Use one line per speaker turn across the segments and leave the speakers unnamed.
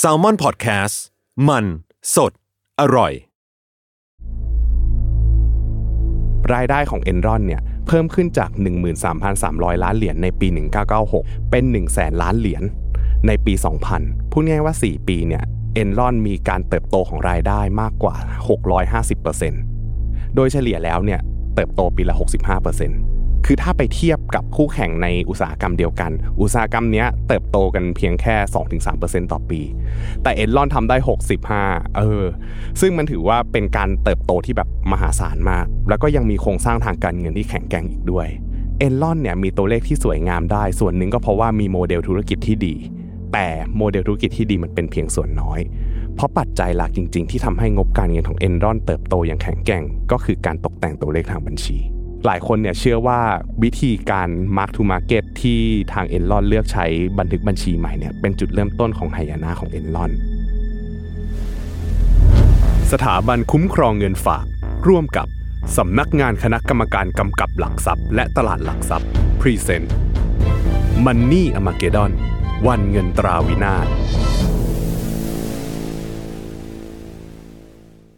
s a l ม o n PODCAST มันสดอร่อย
รายได้ของ Enron เนี่ยเพิ่มขึ้นจาก 13,300 ล้านเหรียญในปี 1996 เป็น 1 0 0 0 0 0 ล้านเหรียญในปี 2000 พูดง่ายๆว่า 4 ปีเนี่ยเอนรอนมีการเติบโตของรายได้มากกว่า 650%โดยเฉลี่ยแล้วเนี่ยเติบโตปีละ 65%คือถ้าไปเทียบกับคู่แข่งในอุตสาหกรรมเดียวกัน อุตสาหกรรมเนี้ยเติบโตกันเพียงแค่ 2-3%ต่อปี แต่เอนรอนทำได้ 65 เออ ซึ่งมันถือว่าเป็นการเติบโตที่แบบมหาศาลมาก แล้วก็ยังมีโครงสร้างทางการเงินที่แข็งแกร่งอีกด้วย เอนลอนเนี่ยมีตัวเลขที่สวยงามได้ ส่วนหนึ่งก็เพราะว่ามีโมเดลธุรกิจที่ดี แต่โมเดลธุรกิจที่ดีมันเป็นเพียงส่วนน้อย เพราะปัจจัยหลักจริง ๆ ที่ทำให้งบการเงินของเอนรอนเติบโตอย่างแข็งแกร่ง ก็คือการตกแต่งตัวเลขทางบัญชี หลายคนเนี่ยเชื่อว่าวิธีการ Mark to Market ที่ทางเอนลอนเลือกใช้บันทึกบัญชีใหม่เนี่ยเป็นจุดเริ่มต้นของหายนะของเอนลอน สถาบันคุ้มครองเงินฝาก ร่วมกับ สำนักงานคณะกรรมการกำกับหลักทรัพย์ และตลาดหลักทรัพย์ พรีเซนต์มันนี่อมาเกดอนวันเงินตราวินาศ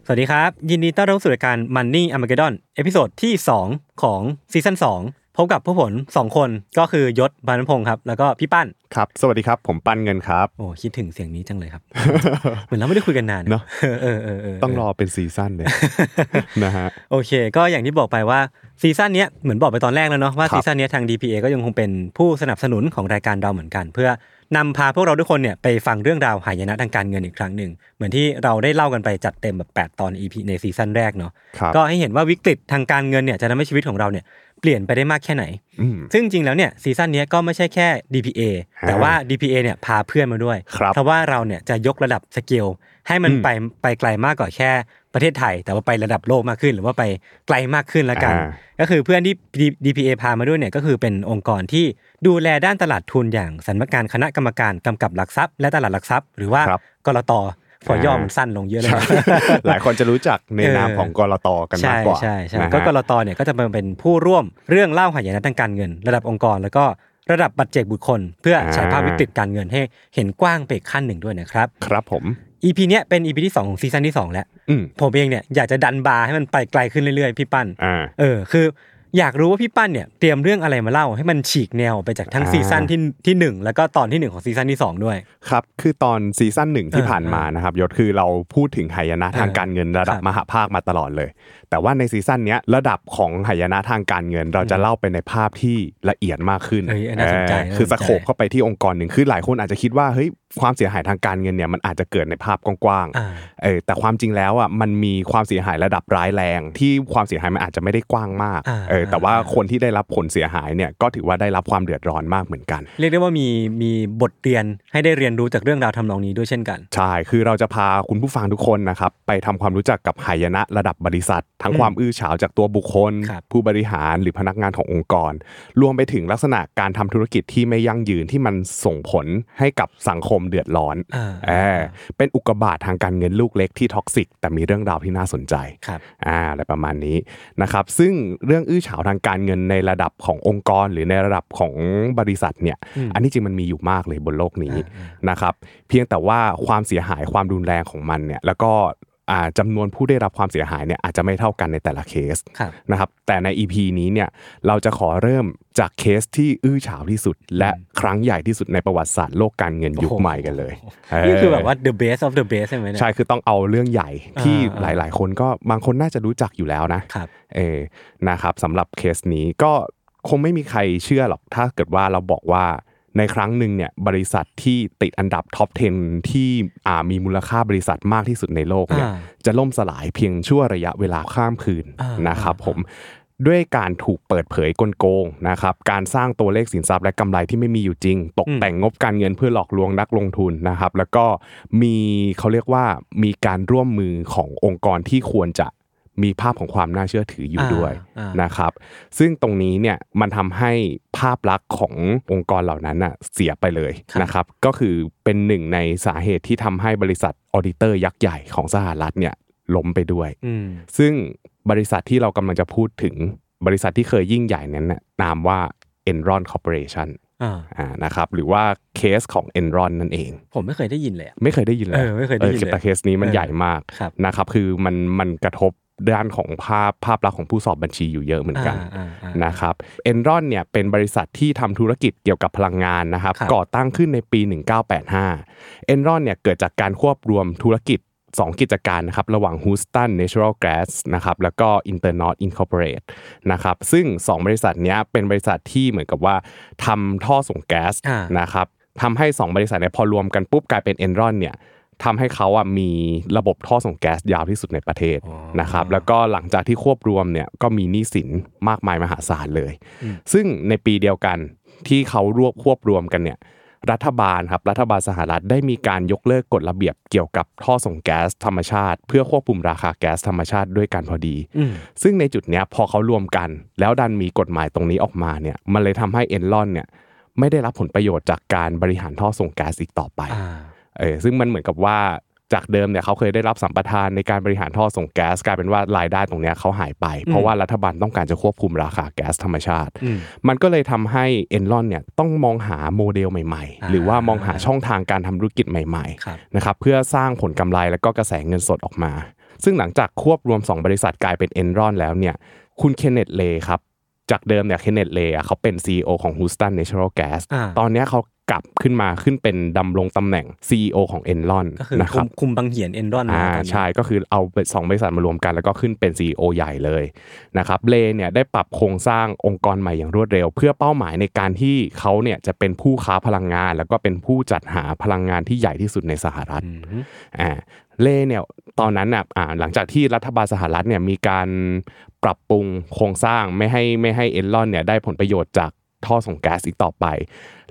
สวัสดีครับ ยินดีต้อนรับสู่รายการ Money a m a g e d o n เอพิโซดที่ 2 ของซีซั่น2พบกับผู้ผล 2 คนก็คือยศบานนพงศ์ครับ แล้วก็พี่ปั้น
ครับ สวัสดีครับ ผมปั้นเงินครับ
โอ้ คิดถึงเสียงนี้จังเลยครับ เหมือนเราไม่ได้คุยกันนาน
เนอะ
เออเออเออ
ต้องรอเป็นซีซั่นเลย นะฮะ
โอเค ก็อย่างที่บอกไปว่าซีซั่นเนี้ยเหมือนบอกไปตอนแรกแล้วเนาะว่า
ครับ
ซีซั่นเนี้ยทาง DPA ก็ยังคงเป็นผู้สนับสนุนของรายการเราเหมือนกัน เพื่อนำพาพวกเราทุกคนเนี่ยไปฟังเรื่องราวหายนะทางการเงินอีกครั้งหนึ่งเหมือนที่เราได้เล่ากันไปจัดเต็มแบบ 8 ตอน EP ในซีซั่นแรกเนาะ
ครับ
ก็ให้เห็นว่าวิกฤตทางการเงินเนี่ยจะทำให้ชีวิตของเราเนี่ยเปลี่ยนไปได้มากแค่ไหน
อืม
ซึ่งจริงๆแล้วเนี่ยซีซั่นเนี้ยก็ไม่ใช่แค่ DPA แต่ว่า DPA เนี่ยพาเพื่อนมาด้วย
ครับ
เพราะว่าเราเนี่ยจะยกระดับสเกลให้มัน
อืม
ไปไปไกลมากกว่าแค่ประเทศไทย แต่ว่าไประดับโลกมากขึ้น หรือว่าไปไกลมากขึ้นละกัน
อ่า
ก็คือเพื่อนที่ D- DPA พามาด้วยเนี่ยก็คือเป็นองค์กรที่ดูแลด้านตลาดทุนอย่างสำนักงานคณะกรรมการกำกับหลักทรัพย์ และตลาดหลักทรัพย์ หรือว่า
ครับ
กรตพอย่ออา
มั
มันสั้นลงเยอะเลยนะ
หลายคนจะรู้จักใน
เออ
นามของกรตกันมากกว่า
ใช่
นะ
ใช่ใช่
ฮะ
ก็กรตเนี่ยก็จะมาเป็นผู้ร่วมเรื่องเล่าหายนะทางการเงิน ระดับองค์กร แล้วก็ระดับบัตรเจกบุคคล เพื่อฉายภาพ
อ่า
วิกฤตการเงินให้เห็นกว้างไปอีกขั้นหนึ่งด้วยนะครับ
ครับผม
EP เนี้ยเป็น EP ที่ 2 ของซีซั่นที่ 2 แล้ว
อืม
ผมเองเนี่ยอยากจะดันบาร์ให้มันไปไกลขึ้นเรื่อยๆ พี่ปั้น
อ่า
เออคืออยากรู้ว่าพี่ปั้นเนี่ยเตรียมเรื่องอะไรมาเล่าให้มันฉีกแนวไปจากทั้ง
อ่า
ซีซั่นที่ที่หนึ่งแล้วก็ตอนที่หนึ่งของซีซั่นที่สองด้วย
ครับ คือตอนซีซั่นหนึ่งที่
เออ
ผ่านมานะครับยศคือเราพูดถึงหายนะทางการเงินระดับ
ครับ
มหาภาคมาตลอดเลย แต่ว่าในซีซั่นเนี้ยระดับของหายนะทางการเงิน เราจะเล่าไปในภาพที่ละเอียดมากขึ้น
เอ้ยน่าสนใจ
เออ
น่าสนใจ
คือสโคบเข้าไปที่องค์กรหนึ่งคือหลายคนอาจจะคิดว่าเฮ้ยความเสียหายทางการเงินเนี่ยมันอาจจะเกิดในภาพกว้าง
อ่า
ๆเออแต่ความจริงแล้วอ่ะมันมีความเสียหายระดับร้ายแรง ที่ความเสียหายมันอาจจะไม่ได้กว้างมาก
อ่า
เออแต่ว่า
อ่า
คนที่ได้รับผลเสียหายเนี่ยก็ถือว่าได้รับความเดือดร้อนมากเหมือนกัน
เรียกได้ว่ามีมีบทเรียนให้ได้เรียนรู้จากเรื่องราวทำนองนี้ด้วยเช่นกัน
ใช่ คือเราจะพาคุณผู้ฟังทุกคนนะครับ ไปทำความรู้จักกับหายนะระดับบริษัท ทั้งความอื้อฉาวจากตัวบุคคล
ครับ
ผู้บริหารหรือพนักงานขององค์กร รวมไปถึงลักษณะการทำธุรกิจที่ไม่ยั่งยืนที่มันส่งผลให้กับสังคมเดือดร้อน
อ่า
เออเป็นอุกกาบาตทางการเงินลูกเล็กที่ท็อกซิกแต่มีเรื่องราวที่น่าสนใจ
ครับ
อ่าอะไรประมาณนี้นะครับซึ่งเรื่องอื้อฉาวทางการเงินในระดับขององค์กร หรือในระดับของบริษัทเนี่ย
อืม
อันนี้จริงมันมีอยู่มากเลยบนโลกนี้นะครับเพียงแต่ว่าความเสียหายความรุนแรงของมันเนี่ยแล้วก็อ่าจำนวนผู้ได้รับความเสียหายเนี่ยอาจจะไม่เท่ากันในแต่ละเคส
ครับ
นะครับแต่ใน EP นี้เนี่ยเราจะขอเริ่มจากเคสที่อื้อฉาวที่สุด และครั้งใหญ่ที่สุดในประวัติศาสตร์โลกการเงินยุคใหม่กันเลย
นี่คือ
เ
แบบว่า the best of the best ใช่ไหมเนี่ย
ใช่คือต้องเอาเรื่องใหญ่ที่
อ่า
ห
อ่า
ลาย ๆ คนก็บางคนน่าจะรู้จักอยู่แล้วนะ
ครับ
เออนะครับสำหรับเคสนี้ก็คงไม่มีใครเชื่อหรอก ถ้าเกิดว่าเราบอกว่าในครั้งหนึ่งเนี่ยบริษัทที่ติดอันดับท็อป 10 ที่อ่ามีมูลค่าบริษัทมากที่สุดในโลกเนี่ย
อ่า
จะล่มสลายเพียงชั่วระยะเวลาข้ามคืน
อ่าน
นะครับ
อ่า
ผมด้วยการถูกเปิดเผยกลโกงนะครับการสร้างตัวเลขสินทรัพย์และกำไรที่ไม่มีอยู่จริง ตกแต่งงบการเงินเพื่อหลอกลวงนักลงทุนนะครับ แล้วก็มีเขาเรียกว่ามีการร่วมมือขององค์กรที่ควรจะมีภาพของความน่าเชื่อถืออยู่ด้วย
อ่า
นะครับซึ่งตรงนี้เนี่ยมันทำให้ภาพลักษณ์ขององค์กรเหล่านั้นน่ะเสียไปเลย
ครับ
นะครับก็คือเป็นหนึ่งในสาเหตุที่ทำให้บริษัทออดิเตอร์ยักษ์ใหญ่ของสหรัฐเนี่ยล้มไปด้วย
อืม
ซึ่งบริษัทที่เรากำลังจะพูดถึงบริษัทที่เคยยิ่งใหญ่นั้นน่ะนามว่า Enron Corporation
อ่า
อ่านะครับหรือว่าเคสของ Enron นั่นเอง
ผมไม่เคยได้ยินเลยอะ
ไม่เคยได้ยินเลย
เออไม่เคยได้ยินเลย
แต่เคสนี้มัน
เออ
ใหญ่มาก
ครับ
นะครับคือมันมันกระทบด้านของภาพภาพลักษณ์ของผู้สอบบัญชีอยู่เยอะเหมือนกัน
อ่าอ่า
นะครับเอนรอนเนี่ยเป็นบริษัทที่ทำธุรกิจเกี่ยวกับพลังงานนะครับ
ครับ
ก่อตั้งขึ้นในปี 1985เอนรอนเนี่ยเกิดจากการควบรวมธุรกิจ 2 กิจการนะครับระหว่าง Houston Natural Gas นะครับแล้วก็ Internode Incorporate นะครับซึ่ง 2 บริษัทเนี้ยเป็นบริษัทที่เหมือนกับว่าทำท่อส่งแก๊ส
อ่าน
นะครับทำให้ 2 บริษัทเนี่ยพอรวมกันปุ๊บกลายเป็นเอนรอนเนี่ย ทำให้เขาอะมีระบบท่อส่งแก๊สยาวที่สุดในประเทศ
อ๋อ
นะครับแล้วก็หลังจากที่ควบรวมเนี่ยก็มีหนี้สินมากมายมหาศาลเลย ซึ่งในปีเดียวกันที่เขารวบควบรวมกันเนี่ยรัฐบาลครับรัฐบาลสหรัฐได้มีการยกเลิกกฎระเบียบเกี่ยวกับท่อส่งแก๊สธรรมชาติ เพื่อควบคุมราคาแก๊สธรรมชาติด้วยกันพอดี
อืม
ซึ่งในจุดเนี้ยพอเขารวมกัน แล้วดันมีกฎหมายตรงนี้ออกมาเนี่ยมันเลยทำให้เอนลอนเนี่ยไม่ได้รับผลประโยชน์จากการบริหารท่อส่งแก๊สอีกต่อไป
อ่า
เออซึ่งมันเหมือนกับว่าจากเดิมเนี่ยเขาเคยได้รับสัมปทานในการบริหารท่อส่งแก๊สกลายเป็นว่ารายได้ตรงเนี้ยเขาหายไป เพราะว่ารัฐบาลต้องการจะควบคุมราคาแก๊สธรรมชาติ
อืม
มันก็เลยทำให้เอนลอนเนี่ยต้องมองหาโมเดลใหม่
อ่า
ๆ หรือว่ามองหาช่องทางการทำธุรกิจใหม่
ครับ
ๆนะครับเพื่อสร้างผลกำไรและก็กระแสเงินสดออกมา ซึ่งหลังจากควบรวม 2 บริษัทกลายเป็นเอนรอนแล้วเนี่ยคุณเคนเนตเลครับจากเดิมเนี่ยเคนเนตเลเขาเป็น CEO ของ Houston Natural Gas
อ่า
ตอนเนี้ยเขากลับขึ้นมาขึ้นเป็นดำรงตำแหน่ง CEO ของ Enron
ก็คือ
นะค
คุ
รั
ม
บ
คุมบางเหียนเอนดอนมา
อ่า
ตอนนี้
ใช่ก็คือเอาสองบริษัทมารวมกันแล้วก็ขึ้นเป็น CEO ใหญ่เลยนะครับเลเนี่ยได้ปรับโครงสร้างองค์กรใหม่อย่างรวดเร็ว เพื่อเป้าหมายในการที่เขาเนี่ยจะเป็นผู้ค้าพลังงาน แล้วก็เป็นผู้จัดหาพลังงานที่ใหญ่ที่สุดในสหรัฐ
อืม
อ่าเล่เนี่ยตอนนั้นน่ะอ่าหลังจากที่รัฐบาลสหรัฐเนี่ยมีการปรับปรุงโครงสร้างไม่ให้ไม่ให้เอลลอนเนี่ยได้ผลประโยชน์จากท่อส่งแก๊สอีกต่อไป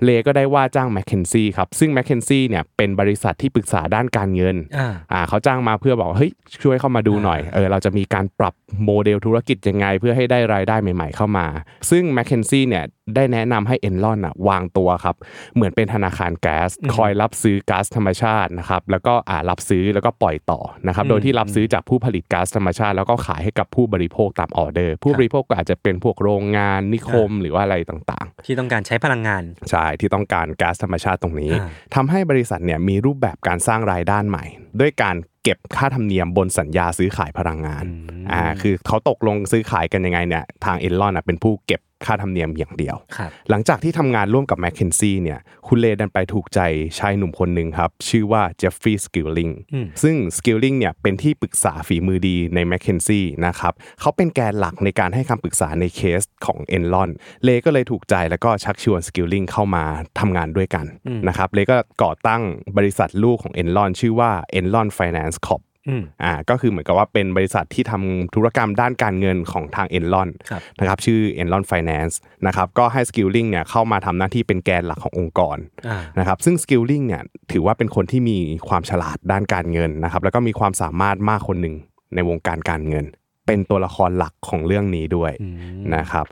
เลก็ได้ว่าจ้างแมคเคนซี่ครับซึ่งแมคเคนซี่เนี่ยเป็นบริษัทที่ปรึกษาด้านการเงิน
อ่า
อ่าเขาจ้างมาเพื่อบอกว่าเฮ้ยช่วยเข้ามาดูหน่อยเออเราจะมีการปรับโมเดลธุรกิจยังไง เพื่อให้ได้รายได้ใหม่ ๆ เข้ามา ซึ่งแมคเคนซี่เนี่ยได้แนะนำให้เอลลอนอ่ะวางตัวครับ เหมือนเป็นธนาคารแก๊ส
อืม
คอยรับซื้อก๊าซธรรมชาตินะครับแล้วก็อ่ารับซื้อแล้วก็ปล่อยต่อนะครับ
อืม
โดยที่รับซื้อจากผู้ผลิตก๊าซธรรมชาติ แล้วก็ขายให้กับผู้บริโภคตามออเดอร์ ผู้
ครับ
บริโภคก็อาจจะเป็นพวกโรงงานนิคมหรือว่าอะไรต่าง
ที่ต้องการใช้พลังงาน
ๆใช่ที่ต้องการก๊าซธรรมชาติตรงนี้
อ่า
ทำให้บริษัทเนี่ยมีรูปแบบการสร้างรายได้ใหม่ ด้วยการเก็บค่าธรรมเนียมบนสัญญาซื้อขายพลังงานอ่าคือเขาตกลงซื้อขายกันยังไงเนี่ยทางเอลลอนเป็นผู้เก็บค่าธรรมเนียมอย่างเดียว
ครับ
หลังจากที่ทำงานร่วมกับแมคเคนซี่เนี่ย คุณเลดันไปถูกใจชายหนุ่มคนหนึ่งครับ ชื่อว่าเจฟฟรีย์สกิลลิง
อืม
ซึ่งสกิลลิงเนี่ยเป็นที่ปรึกษาฝีมือดีในแมคเคนซี่นะครับ เขาเป็นแกนหลักในการให้คำปรึกษาในเคสของเอนลอนเลก็เลยถูกใจแล้วก็ชักชวนสกิลลิงเข้ามาทำงานด้วยกัน
อืม
นะครับเลก็ก่อตั้งบริษัทลูกของเอนลอนชื่อว่าเอนลอนไฟแนนซ์คอป
อืม
อ่าก็คือเหมือนกับว่าเป็นบริษัทที่ทำธุรกรรมด้านการเงินของทางเอนลอน
ครับ
นะครับชื่อ Enron Finance นะครับก็ให้ Skilling เนี่ยเข้ามาทำหน้าที่เป็นแกนหลักขององค์กร
อ่า
นะครับซึ่ง Skilling เนี่ยถือว่าเป็นคนที่มีความฉลาดด้านการเงินนะครับแล้วก็มีความสามารถมากคนหนึ่งในวงการการเงิน เป็นตัวละครหลักของเรื่องนี้ด้วย
อืม
นะครับ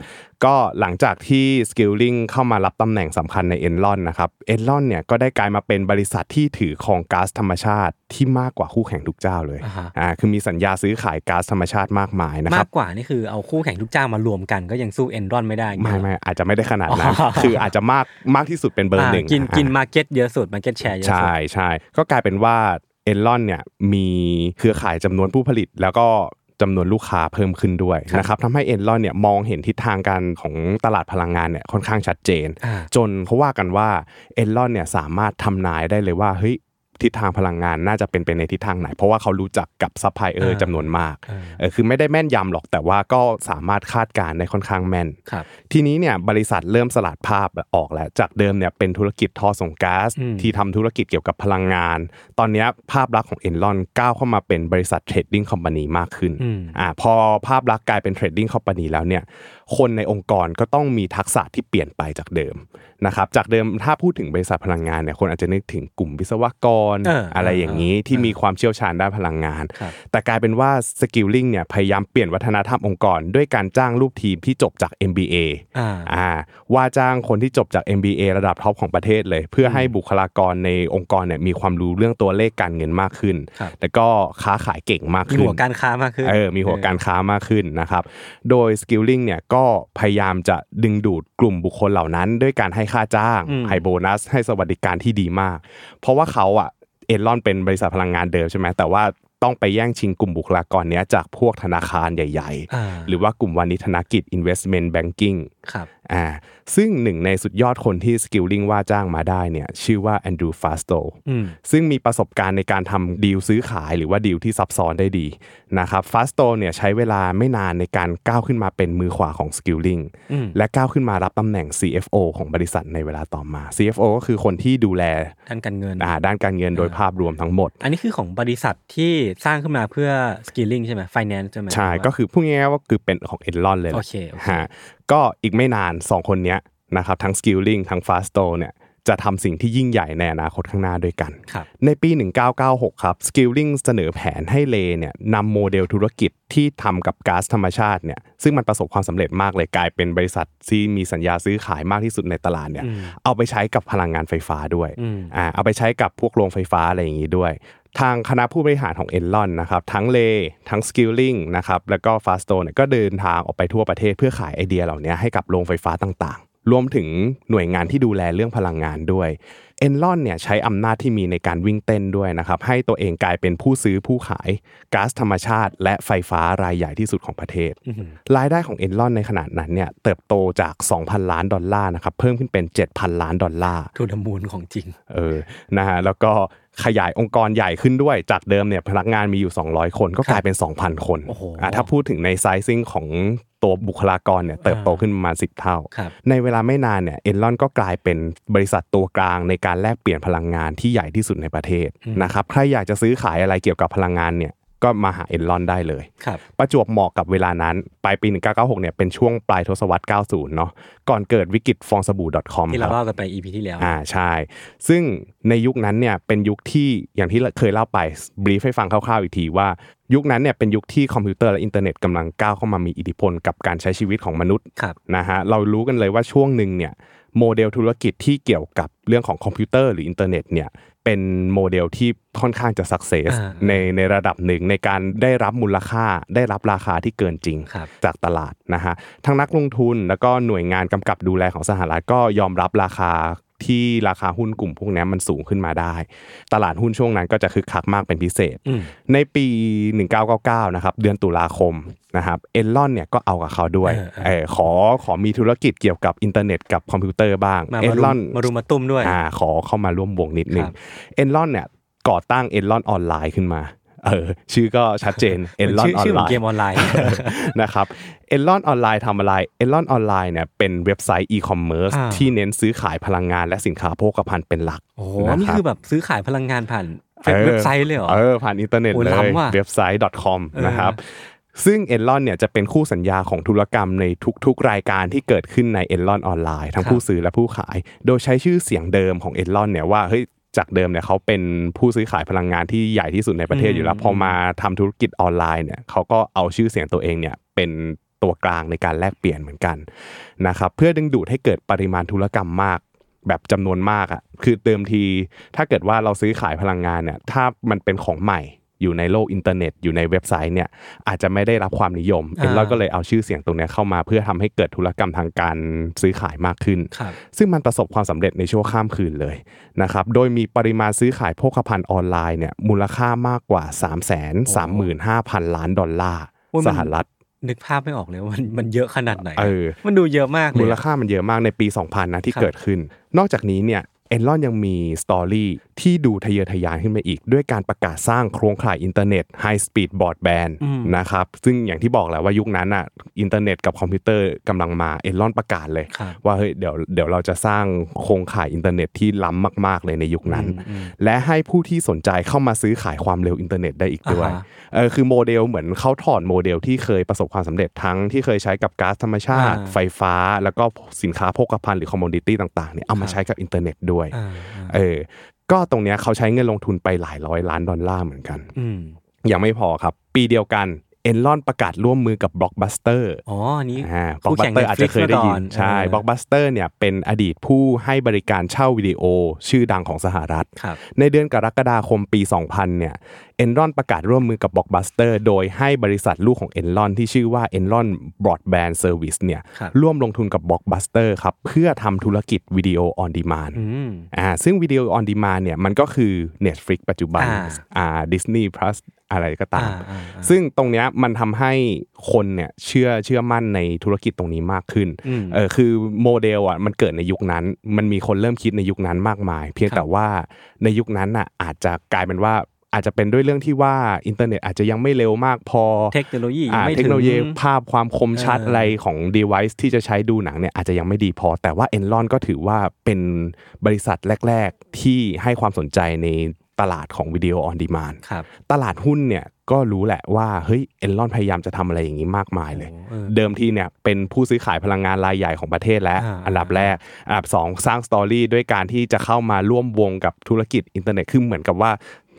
ก็หลังจากที่ Skilling เข้ามารับตำแหน่งสำคัญใน Enron นะครับ Enron เนี่ยก็ได้กลายมาเป็นบริษัทที่ถือครองก๊าซธรรมชาติที่มากกว่าคู่แข่งทุกเจ้าเลย
อ่าฮะ
อ่าคือมีสัญญาซื้อขายก๊าซธรรมชาติมากมายนะค
มา
รั
ก
บ
กว่านี่คือเอาคู่แข่งทุกเจ้ามารวมกันก็ยังสู้เอนรอนไม่ได้อย่างเงี้
ไม่
ย
ไม่อาจจะไม่ได้ขนาดนั้น
อ๋อ
คืออาจจะมากมากที่สุดเป็นเบอร์หนึ่ง
อ่ากิน
อ่า
กินมาเก็ตเยอะสุดมาเก็ตแชร์เยอะสุด
ใช่ใช่ก็กลายเป็นว่าเอลลอนเนี่ยมีเครือข่ายจำนวนผู้ผลิต แล้วก็จำนวนลูกค้าเพิ่มขึ้นด้วย
ครับ
นะครับทำให้เอลลอนเนี่ยมองเห็นทิศทางการของตลาดพลังงานเนี่ยค่อนข้างชัดเจน
อ่า
จนเขาว่ากันว่าเอลลอนเนี่ยสามารถทำนายได้เลยว่าเฮ้ยทิศทางพลังงานน่าจะเป็นไปในทิศทางไหน เพราะว่าเขารู้จักกับซัพพลายเออร์จำนวนมาก
เออ
เออคือไม่ได้แม่นยำหรอกแต่ว่าก็สามารถคาดการณ์ได้ค่อนข้างแม่น
ครับ
ทีนี้เนี่ยบริษัทเริ่มสลัดภาพออกแล้ว จากเดิมเนี่ยเป็นธุรกิจท่อส่งก๊าซ
อืม
ที่ทำธุรกิจเกี่ยวกับพลังงาน ตอนเนี้ยภาพลักษณ์ของเอนลอนก้าวเข้ามาเป็นบริษัทเทรดดิ้งคอมพานีมากขึ้น
อืม
อ่าพอภาพลักษณ์กลายเป็นเทรดดิ้งคอมพานีแล้วเนี่ยคนในองค์กรก็ต้องมีทักษะที่เปลี่ยนไปจากเดิมนะครับจากเดิมถ้าพูดถึงบริษัทพลังงานเนี่ยคนอาจจะนึกถึงกลุ่มวิศวกร ร
เอออ
อะไรอย่างนี้ที่มีความเชี่ยวชาญด้านพลังงาน
ครับ
แต่กลายเป็นว่าสกิลลิงเนี่ยพยายามเปลี่ยนวัฒนธรรมองค์กร ด้วยการจ้างลูกทีมที่จบจาก MBA
อ่า
อ่าว่าจ้างคนที่จบจาก MBA ระดับท็อปของประเทศเลย เพื่อให้บุคลากรในองค์กรเนี่ยมีความรู้เรื่องตัวเลขการเงินมากขึ้น
ครับ
แล้วก็ค้าขายเก่งมาก
มี
ขึ้น
หัวการค้ามากขึ้น
เออ มีหัวการค้ามากขึ้นนะครับ โดย Skilling เนี่ยก็พยายามจะดึงดูดกลุ่มบุคคลเหล่านั้น ด้วยการให้ค่าจ้าง
อืม
ให้โบนัส ให้สวัสดิการที่ดีมาก เพราะว่าเขาอะเอลอนเป็นบริษัทพลังงานเดิมใช่ไหม แต่ว่าต้องไปแย่งชิงกลุ่มบุคลากรเนี้ยจากพวกธนาคารใหญ่
อ่า
ๆ หรือว่ากลุ่มวานิธนกิจ investment banking
ครับ
อ่า ซึ่งหนึ่งในสุดยอดคนที่ Skilling ว่าจ้างมาได้เนี่ยชื่อว่า Andrew Fastow
อืม
ซึ่งมีประสบการณ์ในการทำดีลซื้อขายหรือว่าดีลที่ซับซ้อนได้ดีนะครับฟาสโตเนี่ยใช้เวลาไม่นานในการก้าวขึ้นมาเป็นมือขวาของ Skilling
อืม
และก้าวขึ้นมารับตำแหน่ง CFO ของบริษัทในเวลาต่อมา CFO ก็คือคนที่ดูแล
ด้านการเงิน
อ่าด้านการเงินโดยภาพรวมทั้งหมด
อันนี้คือของบริษัทที่สร้างขึ้นมาเพื่อสกิลลิ่งใช่ไหมไฟแนนซ์ใช่ไหม
ใช่
หรือว่า
ก็คือพูดง่ายๆว่าคือเป็นของเอ็นลอนเลยแหละ
โอเคโอเค
ฮะก็อีกไม่นาน 2 คนเนี้ยนะครับทั้ง Skilling ทั้ง Fasto เนี่ยจะทำสิ่งที่ยิ่งใหญ่ในอนาคตข้างหน้าด้วยกัน
ครับ
ในปี 1996 ครับ Skilling เสนอแผนให้เลเนี่ยนำโมเดลธุรกิจที่ทำกับก๊าซธรรมชาติเนี่ยซึ่งมันประสบความสำเร็จมากเลยกลายเป็นบริษัทที่มีสัญญาซื้อขายมากที่สุดในตลาดเนี่ยเอาไปใช้กับพลังงานไฟฟ้าด้วย
อืม
อ่าเอาไปใช้กับพวกโรงไฟฟ้าอะไรอย่างนี้ด้วย ทางคณะผู้บริหารของเอ็นลอนนะครับทั้งเลทั้ง Skilling นะครับแล้วก็ฟาสโตเนี่ยก็เดินทางออกไปทั่วประเทศเพื่อขายไอเดียเหล่านี้ให้กับโรงไฟฟ้าต่างๆ รวมถึงหน่วยงานที่ดูแลเรื่องพลังงานด้วยเอ็นลอนเนี่ยใช้อำนาจที่มีในการวิ่งเต้นด้วยนะครับให้ตัวเองกลายเป็นผู้ซื้อผู้ขายก๊าซธรรมชาติ และไฟฟ้ารายใหญ่ที่สุดของประเทศ รายได้ของเอ็นลอนในขนาดนั้นเนี่ยเติบโตจาก 2,000 ล้านดอลลาร์นะครับเพิ่มขึ้นเป็น 7,000 ล้านดอลลาร์
ทูดมูลของจริง
เออ นะฮะ แล้วก็ขยายองค์กรใหญ่ขึ้นด้วย จากเดิมเนี่ยพนักงานมีอยู่ 200 คนก็กลายเป็น 2,000 คน
โอ้โห
อ่ะถ้าพูดถึงในไซซิ่งของตัวบุคลากรเนี่ยเติบโตขึ้นประมาณ10 เท่า
ครับ
ในเวลาไม่นานเนี่ยเอ o นลอนก็กลายเป็นบริษัทตัวกลางในการแลกเปลี่ยนพลังงานที่ใหญ่ที่สุดในประเทศนะครับ ใครอยากจะซื้อขายอะไรเกี่ยวกับพลังงานเนี่ยก็มาหาเอ o นลอนได้เลย
ครับ
ประจวบเหมาะกับเวลานั้น ปลายปี 1996 เนี่ยเป็นช่วงปลายทศวรรษ 90 เนาะ ก่อนเกิดวิกฤตฟองสบู่ .com
ที่
ค
เรา
รับ
เล่ากันไป EP ที่แล้ว
อ่าใช่ ซึ่งในยุคนั้นเนี่ยเป็นยุคที่อย่างที่เคยเล่าไปบรีฟให้ฟังคร่าวๆอีกทีว่า ยุคนั้นเนี่ยเป็นยุคที่คอมพิวเตอร์และอินเทอร์เน็ตกำลังก้าวเข้ามามีอิทธิพลกับการใช้ชีวิตของมนุษย์
ครับ
นะฮะเรารู้กันเลยว่าช่วงหนึ่งเนี่ยโมเดลธุรกิจที่เกี่ยวกับเรื่องของคอมพิวเตอร์หรืออินเทอร์เน็ตเนี่ยเป็นโมเดลที่ค่อนข้างจะสักเซส
อ่า
ในในระดับหนึ่งในการได้รับมูลค่าได้รับราคาที่เกินจริง
ครับ
จากตลาดนะฮะ ทั้งนักลงทุนแล้วก็หน่วยงานกำกับดูแลของสหรัฐก็ยอมรับราคาที่ราคาหุ้นกลุ่มพวกนี้มันสูงขึ้นมาได้ ตลาดหุ้นช่วงนั้นก็จะคึกคักมากเป็นพิเศษ
อืม
ในปี 1999 นะครับ เดือนตุลาคมนะครับ เอลลอนเนี่ยก็เอากับเขาด้วย
เออเออ
เออขอขอมีธุรกิจเกี่ยวกับอินเทอร์เน็ตกับคอมพิวเตอร์บ้าง
มา
เอ
มา
ล
รุ
ล
ม
อน
มารุมมาตุ้มด้วย
อ่าขอเข้ามาร่วมวงนิดนึ
ค
ง
รับ
เอ็นลอนเนี่ยก่อตั้งเอ็นลอนออนไลน์ขึ้นมาเออชื่อก็ชัดเจนเอ็นลอน
ชื่
ออน
ชื่เห
ไล
มือนเก
น์
มออนไลน์
นะครับเอลอนออนไลน์ทำอะไรเอลอนออนไลน์เนี่ยเป็นเว็บไซต์อีคอมเมิร์ซ
อ่า
ที่เน้นซื้อขายพลังงานและสินค้าโภคภัณฑ์เป็นหลัก
โอ้โห
ะรับ
นี่คือแบบซื้อขายพลังงานผ่านเฟ
อ
ซ
อ
เว็บไซต์เลยเหรอ
เออผ่านอินเทอร์เน็ต
โอ้
เลย
ล้ำว่ะ
เว็บไซต์ .com
เออ
นะครับซึ่งเอลอนเนี่ยจะเป็นคู่สัญญาของธุรกรรมในทุกๆ รายการที่เกิดขึ้นในเอลอนออนไลน์ ทั้งผู้ซื้อและผู้ขาย โดยใช้ชื่อเสียงเดิมของเอลอนเนี่ยว่าเฮ้ยจากเดิมเนี่ยเขาเป็นผู้ซื้อขายพลังงานที่ใหญ่ที่สุดในประเทศอยู่แล้วพอมาทำธุรกิจออนไลน์เนี่ยเขาก็เอาชื่อเสียงตัวเองเนี่ยเป็นตัวกลางในการแลกเปลี่ยนเหมือนกัน นะครับเพื่อดึงดูดให้เกิดปริมาณธุรกรรมมาก แบบจำนวนมากอะ่ะคือเดิมทีถ้าเกิดว่าเราซื้อขายพลังงานเนี่ยถ้ามันเป็นของใหม่อยู่ในโลกอินเทอร์เน็ต อยู่ในเว็บไซต์เนี่ยอาจจะไม่ได้รับความนิยม
อ่า
เอ็นเราก็เลยเอาชื่อเสียงตรงเนี้ยเข้ามาเพื่อทำให้เกิดธุรกรรมทางการซื้อขายมากขึ้น
ครับ
ซึ่งมันประสบความสำเร็จในชั่วข้ามคืนเลยนะครับ โดยมีปริมาณซื้อขายโภคภัณฑ์ออนไลน์เนี่ยมูลค่ามากกว่า 3 3 5 0 0 0 ล้านดอลลาร์
โอ้ย
ส
มัน
หรัฐ
นึกภาพไม่ออกเลยว่ามันมันเยอะขนาดไหน
เออ
มันดูเยอะมากเล
มู
ย
ล
อะ
ค่ามันเยอะมากในปี 2000 นะที่
ครับ
เกิดขึ้น นอกจากนี้เนี่ยเอ็นลอนยังมีสตอรี่ที่ดูทะเยอทะยานขึ้นมาอีก ด้วยการประกาศสร้างโครงข่ายอินเทอร์เน็ตไฮสปีดบอร์ดแบนนะครับ ซึ่งอย่างที่บอกแหละว่ายุคนั้นอ่ะอินเทอร์เน็ตกับคอมพิวเตอร์กำลังมาเอ็นลอนประกาศเลย
ครับ
ว่าเฮ้ยเดี๋ยวเดี๋ยวเราจะสร้างโครงข่ายอินเทอร์เน็ตที่ล้ำมาก ๆ เลยในยุคนั้น และให้ผู้ที่สนใจเข้ามาซื้อขายความเร็วอินเทอร์เน็ตได้อีกด้วย
อ่าฮะ
เออคือโมเดลเหมือนเขาถอดโมเดลที่เคยประสบความสำเร็จทั้งที่เคยใช้กับก๊าซธรรมชาติ
อ่า
ไฟฟ้า แล้วก็สินค้าโภคภัณฑ์หรือคอมมอนดิตี้ต่างๆเนี่ยเอามาใช้กับอินเทอร์เน็ตด้วย
อ่า
เออ ก็ตรงเนี้ยเขาใช้เงินลงทุนไปหลายร้อยล้านดอลลาร์เหมือนกัน
อืม
ยังไม่พอครับ ปีเดียวกันเอ็นลอนประกาศร่วมมือกับบล็อกบัสเตอร์
อ๋ออันนี้
อ่าบล็อ
คู่
กบัส
แข่ง
เตอร์อาจจะเคยได้ยิน
Netflix
ใช่
เมื่อก่อนเออ
บล็อกบัสเตอร์เนี่ยเป็นอดีตผู้ให้บริการเช่าวิดีโอชื่อดังของสหรัฐ
ครับ
ในเดือนกรกฎาคมปี 2000 เนี่ยเอนรอนประกาศร่วมมือกับบล็อกบัสเตอร์โดยให้บริษัทลูกของเอนรอนที่ชื่อว่า Enron Broadband Service เนี่ย
ครับ
ร่วมลงทุนกับบล็อกบัสเตอร์ครับ เพื่อทำธุรกิจวิดีโอออนดีมาน
อืม
อ่าซึ่งวิดีโอออนดีมาเนี่ยมันก็คือ Netflix ปัจจุบัน
อ่า
อ่า Disney Plus อะไรก็ตาม
อ่าๆ
ซึ่งตรงเนี้ยมันทำให้คนเนี่ยเชื่อเชื่อมั่นในธุรกิจตรงนี้มากขึ้น
อืม
เออคือโมเดลอ่ะมันเกิดในยุคนั้น มันมีคนเริ่มคิดในยุคนั้นมากมาย เพียง
ครับ
แต่ว่าในยุคนั้นน่ะอาจจะกลายเป็นว่าอาจจะเป็นด้วยเรื่องที่ว่าอินเทอร์เน็ตอาจจะยังไม่เร็วมากพอ
ๆเทคโนโลยี
อ่า
ไม่
เทค
ถึง
โนโลยีภาพความคมชัด
เอออ
อะไรของ device ที่จะใช้ดูหนังเนี่ยอาจจะยังไม่ดีพอ แต่ว่า Enron ก็ถือว่าเป็นบริษัทแรก ๆ ที่ให้ความสนใจในตลาดของวิดีโอออนดีมาน
ครับ
ตลาดหุ้นเนี่ยก็รู้แหละว่าเฮ้ยเอลอนพยายามจะทำอะไรอย่างนี้มากมายเลย
โอ้เออ
เดิมทีเนี่ยเป็นผู้ซื้อขายพลังงานรายใหญ่ของประเทศแล้ว
อ่า
อันดับแรกอันดับสองสร้างสตอรี่ด้วยการที่จะเข้ามาร่วมวงกับธุรกิจอินเทอร์เน็ตคือเหมือนกับว่า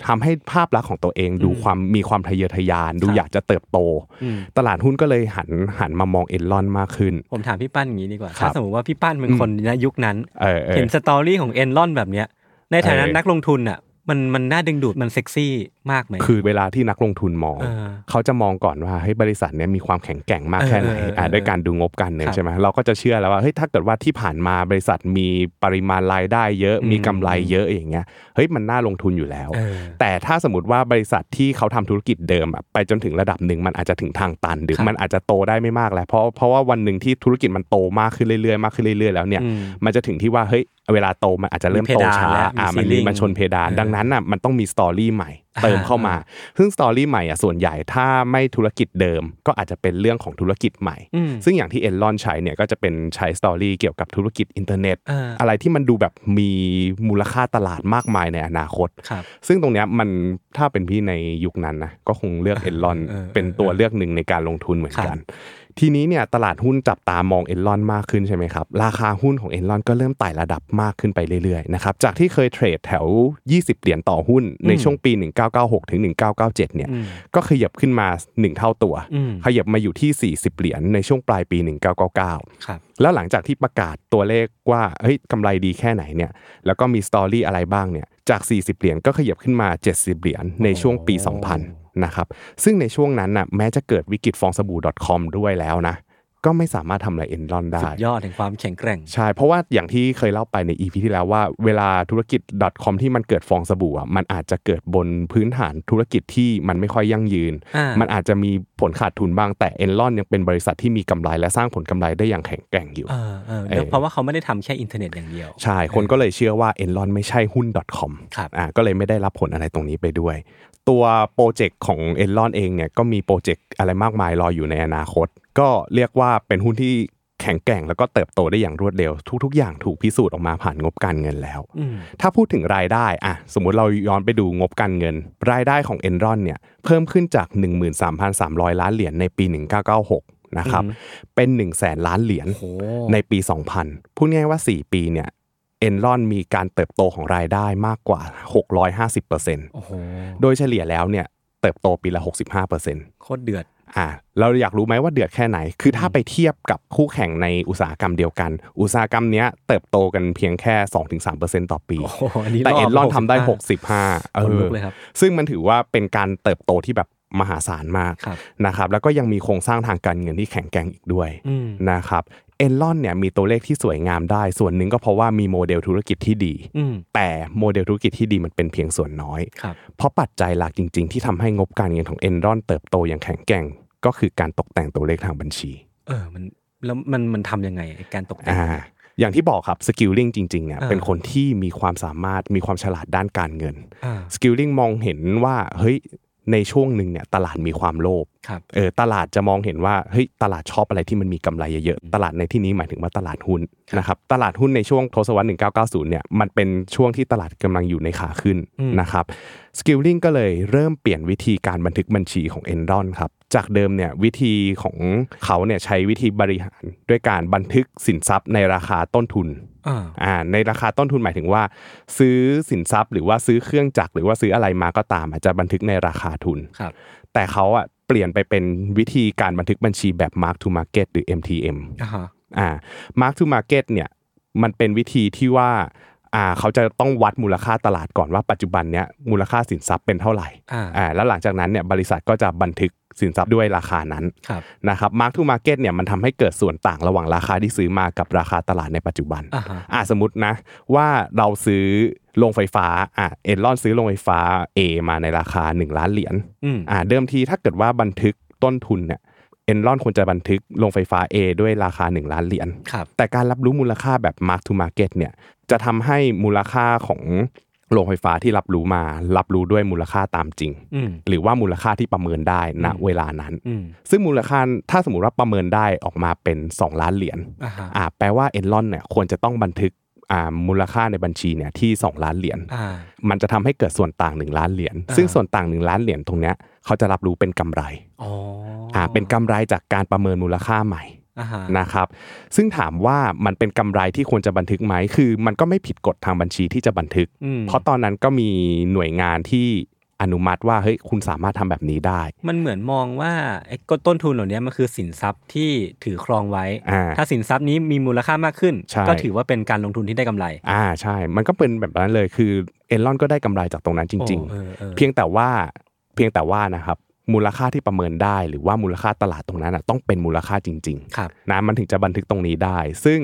ทำให้ภาพลักษณ์ของตัวเองดูความมีความทะเยอทะยาน ดูอยากจะเติบโต
อืม
ตลาดหุ้นก็เลยหันหันมามองเอลอนมากขึ้น
ผมถามพี่ปั้นอย่างนี้ดีกว่า
ครั
ถ้า
บ
สมมติว่าพี่ปั้นเป็น
อืม
คนในยุคนั้น
เออเออ
เห็นสตอรี่ของเอนลอนแบบเนี้ย ในฐานะ
เออ
นักลงทุนอ่ะ มันมันน่าดึงดูดมันเซ็กซี่มากไหม
คือเวลาที่นักลงทุนมอง
เออ
เขาจะมองก่อนว่าเฮ้ยบริษัทเนี้ยมีความแข็งแกร่งมากแค่ไหน
เออเออเอออ่
ะด้วยการดูงบการเงิน
ครับ
ใช่ไหมเราก็จะเชื่อแล้วว่าเฮ้ยถ้าเกิดว่าที่ผ่านมาบริษัทมีปริมาณรายได้เยอะ
อืม
มีกำไรเยอะอย่างเงี้ยเฮ้ยมันน่าลงทุนอยู่แล้ว
เออ
แต่ถ้าสมมติว่าบริษัทที่เขาทำธุรกิจเดิมอะไปจนถึงระดับหนึ่งมันอาจจะถึงทางตัน หรือ
ครับ
มันอาจจะโตได้ไม่มากแล้ว เพราะเพราะว่าวันหนึ่งที่ธุรกิจมันโตมากขึ้นเรื่อยๆมากขึ้นเรื่อยๆแล้วเนี่ย
อืม
มันจะถึงที่ว่าเฮ้ยเวลาโตมันอาจจะเริ่มโตช้า
มีเพดานแล้วมี
อ่ะมันมี
ceiling
มันชนเพดาน
เออ
ดังนั้นน่ะมันต้องมีสตอรี่ใหม่
อ่า
เติมเข้ามา ซึ่งสตอรี่ใหม่อ่ะส่วนใหญ่ถ้าไม่ธุรกิจเดิม ก็อาจจะเป็นเรื่องของธุรกิจใหม่
อืม
ซึ่งอย่างที่เอลอนใช้เนี่ยก็จะเป็นใช้สตอรี่เกี่ยวกับธุรกิจอินเทอร์เน็ต
เอออ
อะไรที่มันดูแบบมีมูลค่าตลาดมากมายในอนาคต
ครับ
ซึ่งตรงเนี้ยมันถ้าเป็นพี่ในยุคนั้นนะก็คงเลือกเอลลอน
เออ
เป็นตัวเลือกหนึ่งในการลงทุนเหมือนกัน ทีนี้เนี่ยตลาดหุ้นจับตามองเอลลอนมากขึ้นใช่ไหมครับ ราคาหุ้นของเอลลอนก็เริ่มไต่ระดับมากขึ้นไปเรื่อยๆนะครับจากที่เคยเทรดแถว 20 เหรียญต่อหุ้นใน
อืม
ช่วงปี 1996ถึง1997เนี่ย
อืม
ก็ขยับขึ้นมา 1 เท่าตัว
อืม
ขยับมาอยู่ที่ 40 เหรียญในช่วงปลายปี 1999
ครับ
แล้วหลังจากที่ประกาศตัวเลขว่าเฮ้ยกำไรดีแค่ไหนเนี่ยแล้วก็มีสตอรี่อะไรบ้างเนี่ยจาก 40 เหรียญก็ขยับขึ้นมา 70 เหรียญในช่วงปี
โอ้
2000นะครับซึ่งในช่วงนั้นน่ะแม้จะเกิดวิกฤตฟองสบู่ .com ด้วยแล้วนะ ก็ไม่สามารถทำอะไรเอ็นรอนได้
สุดยอดแห่งความแข็งแกร่ง
ใช่ เพราะว่าอย่างที่เคยเล่าไปใน EP ที่แล้วว่าเวลาธุรกิจ .com ที่มันเกิดฟองสบู่อ่ะมันอาจจะเกิดบนพื้นฐานธุรกิจที่มันไม่ค่อยยั่งยืน
อ่ามั
มันอาจจะมีผลขาดทุนบ้างแต่เอ็นรอนยังเป็นบริษัทที่มีกำไรและสร้างผลกำไรได้อย่างแข็งแกร่งอยู่
เออเออ
เออ
เนอะเพราะว่าเขาไม่ได้ทำแค่อินเทอร์เน็ตอย่างเดียว
ใช่ คนก็เลยเชื่อว่า Enron ไม่ใช่หุ้น .com
ครับ
อ่าก็เลยไม่ได้รับผลอะไรตรงนี้ไปด้วย ตัวโปรเจกต์ของ Enron เองเนี่ยก็มีโปรเจกต์อะไรมากมายรออยู่ในอนาคต ก็เรียกว่าเป็นหุ้นที่แข็งแกร่งแล้วก็เติบโตได้อย่างรวดเร็ว ทุก ๆ อย่างถูกพิสูจน์ออกมาผ่านงบการเงินแล้ว
อืม
ถ้าพูดถึงรายได้อ่ะสมมุติเราย้อนไปดูงบการเงิน รายได้ของ Enron เนี่ยเพิ่มขึ้นจาก 13,300 ล้านเหรียญในปี 1996 นะครับ
อืม
เป็น 1 0 0 0 0แสนล้านเหรียญ
โห
ในปี 2000 พูดง่ายๆว่า 4 ปีเนี่ยเอนลอนมีการเติบโตของรายได้มากกว่า 650%
โอ้โห
โดยเฉลี่ยแล้วเนี่ยเติบโตปีละ 65%
โคตรเดือด
อ่าเราอยากรู้ไหมว่าเดือดแค่ไหน คือถ้าไปเทียบกับคู่แข่งในอุตสาหกรรมเดียวกัน อุตสาหกรรมเนี้ยเติบโตกันเพียงแค่ 2-3%ต่อปี
โอ้โห อันนี้
แต่เอ
รบ
นลอนทำได้
65
65เอ
ขนลุ
อก
เลยครับ
ซึ่งมันถือว่าเป็นการเติบโตที่แบบมหาศาลมาก
ครับ
นะครับแล้วก็ยังมีโครงสร้างทางการเงินที่แข็งแกร่งอีกด้วย
อืม
นะครับเอลลอนเนี่ยมีตัวเลขที่สวยงามได้ ส่วนหนึ่งก็เพราะว่ามีโมเดลธุรกิจที่ดี
อืม
แต่โมเดลธุรกิจที่ดีมันเป็นเพียงส่วนน้อย
ครับ
เพราะปัจจัยหลักจริง ๆ ที่ทำให้งบการเงินของเอนรอนเติบโตอย่างแข็งแกร่ง ก็คือการตกแต่งตัวเลขทางบัญชี
เออ มัน แล้วมัน มันทำยังไงไอ้การตกแต่ง
อ่าอย่างที่บอกครับสกิลลิงจริงๆเนี่ย
อ่า
เป็นคนที่มีความสามารถมีความฉลาดด้านการเงิน
อ่า
สกิลลิงมองเห็นว่าเฮ้ยในช่วงหนึ่งเนี่ยตลาดมีความโลภ
ครับ
เออตลาดจะมองเห็นว่าเฮ้ยตลาดชอบอะไรที่มันมีกำไรเยอะๆตลาดในที่นี้หมายถึงว่าตลาดหุ้นนะครับตลาดหุ้นในช่วงทศวรรษ 1990 เนี่ยมันเป็นช่วงที่ตลาดกำลังอยู่ในขาขึ้น
อืม
นะครับสกิลลิงก็เลยเริ่มเปลี่ยนวิธีการบันทึกบัญชีของเอนรอนครับจากเดิมเนี่ยวิธีของเขาเนี่ยใช้วิธีบริหารด้วยการบันทึกสินทรัพย์ในราคาต้นทุน
อ่า
อ่าในราคาต้นทุนหมายถึงว่า ซื้อสินทรัพย์หรือว่าซื้อเครื่องจักรหรือว่าซื้ออะไรมาก็ตามอาจจะบันทึกในราคาทุน
ครับ
แต่เขาอ่ะเปลี่ยนไปเป็นวิธีการบันทึกบัญชีแบบ mark to market หรือ MTM
อ่าฮะ
อ่า mark to market เนี่ยมันเป็นวิธีที่ว่าอ่าเขาจะต้องวัดมูลค่าตลาดก่อนว่าปัจจุบันเนี้ยมูลค่าสินทรัพย์เป็นเท่าไหร่
อ่า
อ่าแล้วหลังจากนั้นเนี่ยบริษัทก็จะบันทึกสินทรัพย์ด้วยราคานั้น
ครับ
นะครับ mark to market เนี่ยมันทำให้เกิดส่วนต่างระหว่างราคาที่ซื้อมากับราคาตลาดในปัจจุบัน
อ่าฮะ
อ่ะสมมตินะว่าเราซื้อโรงไฟฟ้าอ่ะเอ็นลอนซื้อโรงไฟฟ้า A มาในราคา 1 ล้านเหรียญ
อืม
อ่ะเดิมทีถ้าเกิดว่าบันทึกต้นทุนเนี่ยเอ็นลอนควรจะบันทึกโรงไฟฟ้า A ด้วยราคา 1 ล้านเหรียญ
ครับ
แต่การรับรู้มูลค่าแบบ Mark to Market เนี่ยจะทำให้มูลค่าของโรงไฟฟ้าที่รับรู้มา รับรู้ด้วยมูลค่าตามจริง
อืม
หรือว่ามูลค่าที่ประเมินได้ณ
อืม
เวลานั้น
อืม
ซึ่งมูลค่าถ้าสมมติว่าประเมินได้ออกมาเป็น 2 ล้านเหรียญ
อ่าฮะ
อ่าแปลว่าเอ็นลอนเนี่ยควรจะต้องบันทึกอ่ามูลค่าในบัญชีเนี่ยที่ 2 ล้านเหรียญ
อ่า
มันจะทำให้เกิดส่วนต่าง 1 ล้านเหรียญซึ่งส่วนต่าง 1 ล้านเหรียญตรงเนี้ยเขาจะรับรู้เป็นกำไร
อ๋ออ่า
อ่าเป็นกำไรจากการประเมินมูลค่าใหม่
อ่าฮะ
นะครับซึ่งถามว่ามันเป็นกำไรที่ควรจะบันทึกไหมคือ มันก็ไม่ผิดกฎทางบัญชีที่จะบันทึก
อืม
เพราะตอนนั้นก็มีหน่วยงานที่อนุมัติว่าเฮ้ยคุณสามารถทำแบบนี้ได้
มันเหมือนมองว่าไอ้ต้นทุนเหล่านี้มันคือสินทรัพย์ที่ถือครองไว้
อ่า
ถ้าสินทรัพย์นี้มีมูลค่ามากขึ้น
ใช่
ก็ถือว่าเป็นการลงทุนที่ได้กำไร
อ่าใช่ มันก็เป็นแบบนั้นเลยคือเอ็นลอนก็ได้กำไรจากตรงนั้นจริง ๆ
โอ้เออเออ
เพียงแต่ว่าเพียงแต่ว่านะครับมูลค่าที่ประเมินได้หรือว่ามูลค่าตลาดตรงนั้นนะต้องเป็นมูลค่าจริง
ครับ
ๆนะมันถึงจะบันทึกตรงนี้ได้ ซึ่ง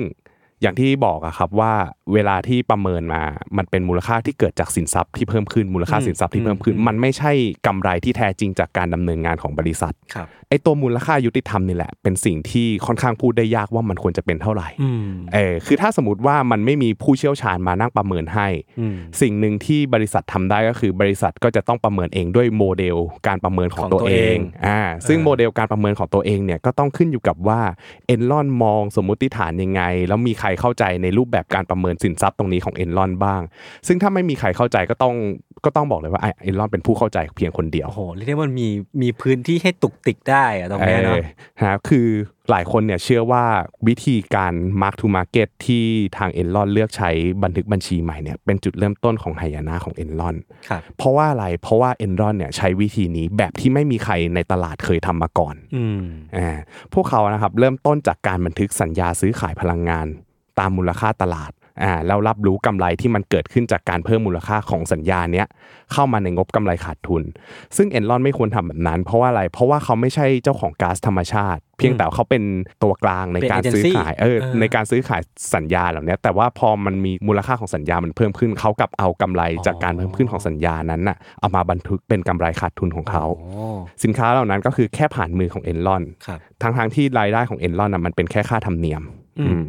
อย่างที่บอกอะครับว่าเวลาที่ประเมินมา มันเป็นมูลค่าที่เกิดจากสินทรัพย์ที่เพิ่มขึ้นมูลค่า
อืม
สินทรัพย์ที่เพิ่มขึ้น
อืม
มันไม่ใช่กำไรที่แท้จริงจากการดำเนินงานของบริษัท
ครับ
ไอ้ตัวมูลค่ายุติธรรมนี่แหละ เป็นสิ่งที่ค่อนข้างพูดได้ยากว่ามันควรจะเป็นเท่าไหร่
อืม
เออคือถ้าสมมติว่ามันไม่มีผู้เชี่ยวชาญมานั่งประเมินให้
อืม
สิ่งหนึ่งที่บริษัททำได้ก็คือบริษัทก็จะต้องประเมินเองด้วยโมเดลการประเมินของ
ของตั
ตัว วเอ
เอง
งอ่าซึ่ง
เออ
โมเดลการประเมินของตัวเองเนี่ยก็ต้องขึ้นอยู่กับว่าเอ็นลอนมองสมมุติฐานยังไง แล้วมีใครเข้าใจในรูปแบบการประเมินสินทรัพย์ตรงนี้ของเอ็นลอนบ้าง ซึ่งถ้าไม่มีใครเข้าใจก็ต้องก็ต้องบอกเลยว่าเอ็นลอนเป็นผู้เข้าใจเพียงคนเดียว
โอ้โหเรียกได้ว่ามีมีพื้นที่ให้ตุกติกได้อะตรงเนี้ยเนาะ
เออนะครับคือหลายคนเนี่ยเชื่อว่าวิธีการ Mark to Market ที่ทางเอ็นลอนเลือกใช้บันทึกบัญชีใหม่เนี่ยเป็นจุดเริ่มต้นของหายนะของเอ็นลอน
ครับ
เพราะว่าอะไร เพราะว่าเอนรอนเนี่ยใช้วิธีนี้แบบที่ไม่มีใครในตลาดเคยทำมาก่อน
อืม
อ่าพวกเขานะครับเริ่มต้นจากการบันทึกสัญญาซื้อขายพลังงาน ตามมูลค่าตลาดอ่าแล้วรับรู้กำไรที่มันเกิดขึ้นจากการเพิ่มมูลค่าของสัญญาเนี้ยเข้ามาในงบกำไรขาดทุน ซึ่งเอนรอนไม่ควรทำแบบนั้น เพราะว่าอะไร เพราะว่าเขาไม่ใช่เจ้าของก๊าซธรรมชาติ เพียงแต่เขาเป็นตัวกลางใน
เป็น
การซื้อ
agency
ขายเออ
เออ
ในการซื้อขายสัญญาเหล่าเนี้ยแต่ว่าพอมันมีมูลค่าของสัญญามันเพิ่มขึ้นเขากลับเอากำไร จากการเพิ่มขึ้นของสัญญานั้นน่ะเอามาบันทึกเป็นกำไรขาดทุนของเขา
โอ้
สินค้าเหล่านั้นก็คือแค่ผ่านมือของเอ็นลอน
ครับ
ทางทางๆที่รายได้ของเอ็นลอนะมันเป็นแค่ค่าธรรมเนียม
อืม
อืม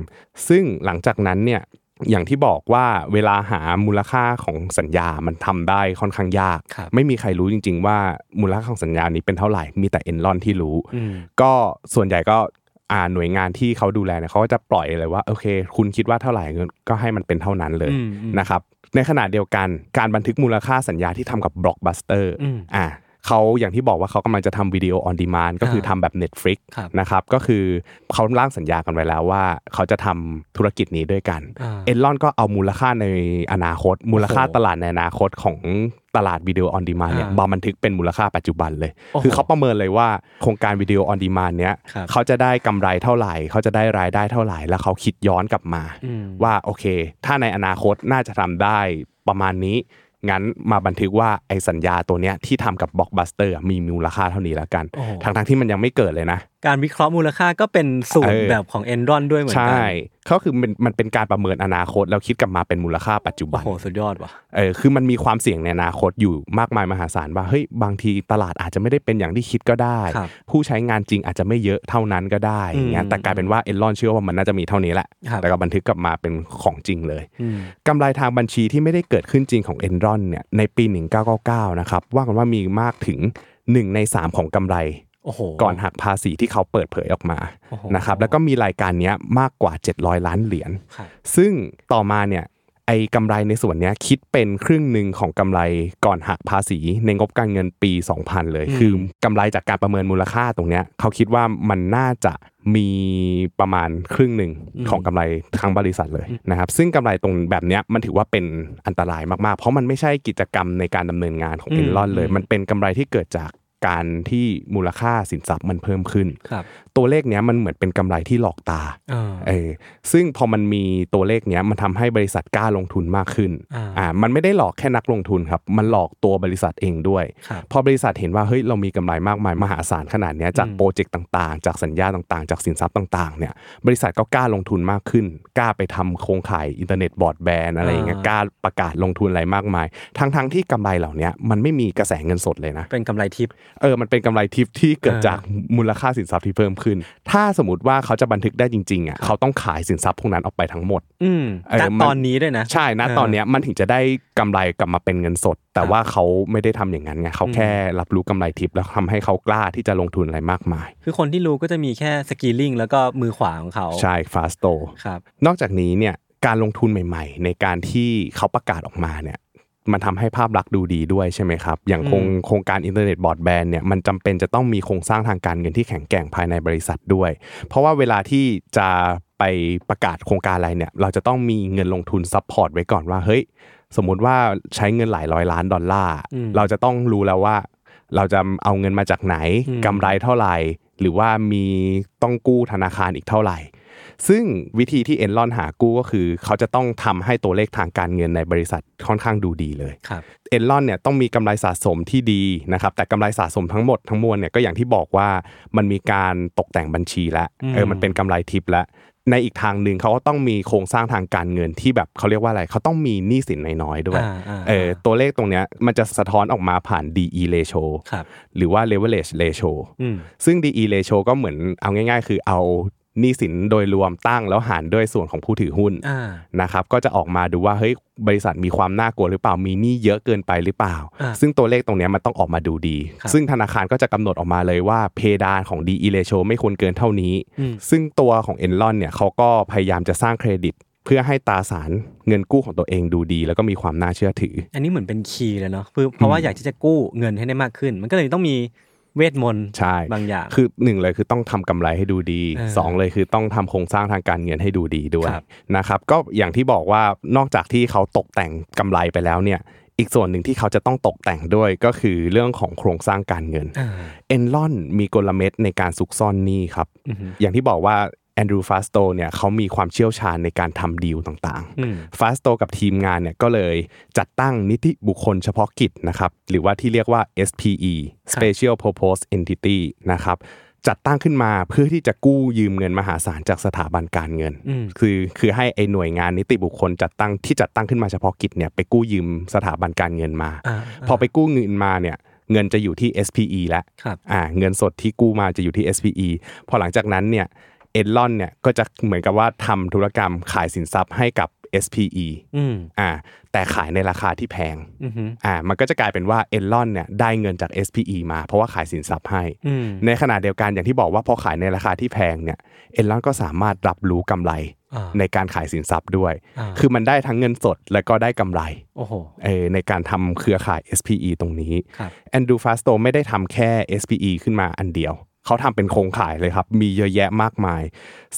ซึ่งหลังจากนั้นเนี่ยอย่างที่บอกว่าเวลาหามูลค่าของสัญญามันทำได้ค่อนข้างยาก
ครับ
ไม่มีใครรู้จริง ๆ ว่ามูลค่าของสัญญานี้เป็นเท่าไหร่มีแต่เอ็นลอนที่รู้
อืม
ก็ส่วนใหญ่ก็อ่าหน่วยงานที่เขาดูแลเนี่ยเขาก็จะปล่อยเลยว่าโอเค คุณคิดว่าเท่าไหร่เงินก็ให้มันเป็นเท่านั้นเลย
อืมอืม
นะครับในขณะเดียวกันการบันทึกมูลค่าสัญญาที่ทำกับบล็อกบัสเตอร์
อืม
อ่าเขาอย่างที่บอกว่าเขากำลังจะทำวิดีโอออนดีมานก็คือทำแบบ Netflix
ครับ
นะครับก็คือเขาร่างสัญญากันไว้แล้วว่า เขาจะทำธุรกิจนี้ด้วยกัน
อ่า
เอ็นลอนก็เอามูลค่าในอนาคต มูลค่า
โอ้โห
ตลาดในอนาคตของตลาดวิดีโอออนดีมาเนี่ย
อ่า
บาบันทึกเป็นมูลค่าปัจจุบันเลย
โอ้โห
คือเขาประเมินเลยว่าโครงการวิดีโอออนดีมาเนี้ย
ครับ
เขาจะได้กำไรเท่าไหร่ เขาจะได้รายได้เท่าไหร่ แล้วเขาคิดย้อนกลับมา
อืม
ว่าโอเค ถ้าในอนาคตน่าจะทำได้ประมาณนี้ งั้นมาบันทึกว่าไอสัญญาตัวเนี้ยที่ทำกับบล็อกบัสเตอร์มีมูลค่าเท่านี้แล้วกัน
โอ้โห
ทั้งทั้งๆที่มันยังไม่เกิดเลยนะ
การวิเคราะห์มูลค่าก็เป็นสูตร
เออ
แบบของเอนรอนด้วยเหมือน
ใช่
กัน
เขาคือมันมันเป็นการประเมินอนาคตแล้วคิดกลับมาเป็นมูลค่าปัจจุ
โอ้
บัน
โหสุดยอดว่ะ
เออคือมันมีความเสี่ยงในอนาคตอยู่มากมายมหาศาลว่าเฮ้ยบางทีตลาดอาจจะไม่ได้เป็นอย่างที่คิดก็ได้
ครับ
ผู้ใช้งานจริงอาจจะไม่เยอะเท่านั้นก็ได้อย่างเงี้
อื
ย
ม
แต่กลายเป็นว่าเอลลอนเชื่อว่ามันน่าจะมีเท่านี้แหละ
ครับ
แล้วก็บันทึกกลับมาเป็นของจริงเลย
อืม
กำไรทางบัญชีที่ไม่ได้เกิดขึ้นจริงของเอ็นรอนเนี่ยในปี 1999 นะครับว่ากันว่ามีมากถึง 1 ใน 3 ของกำไร
โอ้โห
ก่อนหักภาษีที่เขาเปิดเผยออกมา
โอ้โห
นะครับแล้วก็มีรายการเนี้ยมากกว่า 700 ล้านเหรียญ
ครับ
ซึ่งต่อมาเนี่ยไอ้กำไรในส่วนเนี้ยคิดเป็นครึ่งหนึ่งของกำไรก่อนหักภาษีในงบการเงินปี 2000 เลย คือกำไรจากการประเมินมูลค่าตรงเนี้ยเขาคิดว่ามันน่าจะ มีประมาณครึ่งหนึ่ง
อืม
ของกำไรทั้งบริษัทเลยนะครับ ซึ่งกำไรตรงแบบเนี้ยมันถือว่าเป็นอันตรายมากๆ เพราะมันไม่ใช่กิจกรรมในการดำเนินงานของ
อืม
เอลลอนเลย
อืม
มันเป็นกำไรที่เกิดจากการที่มูลค่าสินทรัพย์มันเพิ่มขึ้น
ครับ
ตัวเลขเนี้ยมันเหมือนเป็นกำไรที่หลอกตา
อ่า
เออซึ่งพอมันมีตัวเลขเนี้ยมันทำให้บริษัทกล้าลงทุนมากขึ้น
อ่า
มันไม่ได้หลอกแค่นักลงทุนครับมันหลอกตัวบริษัทเองด้วย
ครับ
พอบริษัทเห็นว่าเฮ้ยเรามีกำไรมากมายมหาศาลขนาดเนี้ยจาก
อืม
โปรเจกต์ต่างๆ จากสัญญาต่างๆ จากสินทรัพย์ต่างๆเนี่ยบริษัทก็กล้าลงทุนมากขึ้น กล้าไปทำโครงข่ายอินเทอร์เน็ตบอร์ดแบนอะไรอย่างเงี้ยกล้าประกาศลงทุนอะไรมากมาย ทั้งๆที่กำไรเหล่าเนี้ยมันไม่มีกระแสเงินสดเลยนะ
เป็นกำไรทิป
เออ มันเป็นกำไรทิปที่เกิด
เออ
จากมูลค่าสินทรัพย์ที่เพิ่มขึ้น ถ้าสมมติว่าเขาจะบันทึกได้จริงๆอ่ะ เขาต้องขายสินทรัพย์พวกนั้นออกไปทั้งหมด
ืม
เออ
ณ
มัน
ตอนนี้ด้วยนะ
ใช่นะ
เออ
ตอนเนี้ยมันถึงจะได้กำไรกลับมาเป็นเงินสด แต่
ครับ
ว่าเขาไม่ได้ทำอย่างนั้นไง เขา
อืม
แค่รับรู้กำไรทิปแล้วทำให้เขากล้าที่จะลงทุนอะไรมากมาย
คือคนที่รู้ก็จะมีแค่สกีลิงแล้วก็มือขวาของเขา
ใช่ฟาสโต
ครับ
นอกจากนี้เนี่ยการลงทุนใหม่ๆ ในการที่เขาประกาศออกมาเนี่ยมันทำให้ภาพลักษณ์ดูดีด้วยใช่ไหมครับ อย่างโครง
อืม
โครงการอินเทอร์เน็ตบอร์ดแบนเนี่ยมันจำเป็นจะต้องมีโครงสร้างทางการเงินที่แข็งแกร่งภายในบริษัทด้วย เพราะว่าเวลาที่จะไปประกาศโครงการอะไรเนี่ยเราจะต้องมีเงินลงทุนซัพพอร์ตไว้ก่อนว่าเฮ้ยสมมุติว่าใช้เงินหลายร้อยล้านดอลลาร์
อืม
เราจะต้องรู้แล้วว่า เราจะเอาเงินมาจากไหน
อืม
กำไรเท่าไหร่ หรือว่ามีต้องกู้ธนาคารอีกเท่าไหร่ ซึ่งวิธีที่เอ็นลอนหากู้ก็คือ เขาจะต้องทำให้ตัวเลขทางการเงินในบริษัทค่อนข้างดูดีเลย
ครับ
เอ็นลอนเนี่ยต้องมีกำไรสะสมที่ดีนะครับแต่กำไรสะสมทั้งหมดทั้งมวลเนี่ยก็อย่างที่บอกว่ามันมีการตกแต่งบัญชีแล้ว
อืม
เออมันเป็นกำไรทิปแล้วในอีกทางหนึ่งเขาก็ต้องมีโครงสร้างทางการเงินที่แบบเขาเรียกว่าอะไรเขาต้องมีหนี้สินน้อยๆด้วย
อ่าา
เออตัวเลขตรงเนี้ยมันจะสะท้อนออกมาผ่าน DE ratio
ครับ
หรือว่า leverage ratio
อืม
ซึ่ง DE ratio ก็เหมือนเอาง่าย ๆ คือเอาหนี้สินโดยรวมตั้งแล้วหารด้วยส่วนของผู้ถือหุ้น
อ่า
นะครับก็จะออกมาดูว่าเฮ้ยบริษัทมีความน่ากลัวหรือเปล่ามีหนี้เยอะเกินไปหรือเปล่า
อ่า
ซึ่งตัวเลขตรงเนี้ยมันต้องออกมาดูดี
ครับ
ซึ่งธนาคารก็จะกำหนดออกมาเลยว่าเพดานของ DE ratio ไม่ควรเกินเท่านี้
อืม
ซึ่งตัวของ Enron เนี่ยเขาก็พยายามจะสร้างเครดิต เพื่อให้ตราสารเงินกู้ของตัวเองดูดี แล้วก็มีความน่าเชื่อถือ
อันนี้เหมือนเป็นคีย์เลยเนาะคือเพราะว่าอยากที่จะกู้เงินให้ได้มากขึ้น มันก็เลยต้องมีเวทมนต์
ใช่
บางอย่าง
คือหนึ่งเลยคือต้องทำกำไรให้ดูดี
เออ
สองเลยคือต้องทำโครงสร้างทางการเงินให้ดูดีด้วย
ครับ
นะครับก็อย่างที่บอกว่านอกจากที่เขาตกแต่งกำไรไปแล้วเนี่ยอีกส่วนหนึ่งที่เขาจะต้องตกแต่งด้วยก็คือเรื่องของโครงสร้างการเงินเอ็นลอนมีกลเม็ดในการซุกซ่อนหนี้ครับ
อือฮึ
อย่างที่บอกว่าแอนดรูฟาสโตเนี่ยเขามีความเชี่ยวชาญในการทำดีลต่างๆ
อืม
ฟาสโตกับทีมงานเนี่ยก็เลยจัดตั้งนิติบุคคลเฉพาะกิจนะครับหรือว่าที่เรียกว่า SPE Special Purpose Entity นะครับจัดตั้งขึ้นมาเพื่อที่จะกู้ยืมเงินมหาศาลจากสถาบันการเงิน
อืม
คือคือให้ไอ้หน่วยงานนิติบุคคลจัดตั้งที่จัดตั้งขึ้นมาเฉพาะกิจเนี่ยไปกู้ยืมสถาบันการเงินมา
อ่า
พอไปกู้เงินมาเนี่ยเงินจะอยู่ที่ SPE แล้ว
ครับ
อ่าเงินสดที่กู้มาจะอยู่ที่ SPE พอหลังจากนั้นเนี่ยเอ็ดลอนเนี่ยก็จะเหมือนกับว่าทำธุรกรรมขายสินทรัพย์ให้กับ SPE
อืม
อ่าแต่ขายในราคาที่แพง
อือฮึ
อ่ามันก็จะกลายเป็นว่าเอ็ดลอนเนี่ยได้เงินจาก SPE มาเพราะว่าขายสินทรัพย์ให้
อืม
ในขณะเดียวกันอย่างที่บอกว่าพอขายในราคาที่แพงเนี่ยเอ็ดลอนก็สามารถรับรู้กำไร
อ่า
ในการขายสินทรัพย์ด้วย
า
คือมันได้ทั้งเงินสดและก็ได้กำไร
โอ้โห
เออในการทำเครือข่าย SPE ตรงนี้
ครับ
แอนดูฟาสโตไม่ได้ทำแค่ SPE ขึ้นมาอันเดียว เขาทำเป็นโครงข่ายเลยครับ มีเยอะแยะมากมาย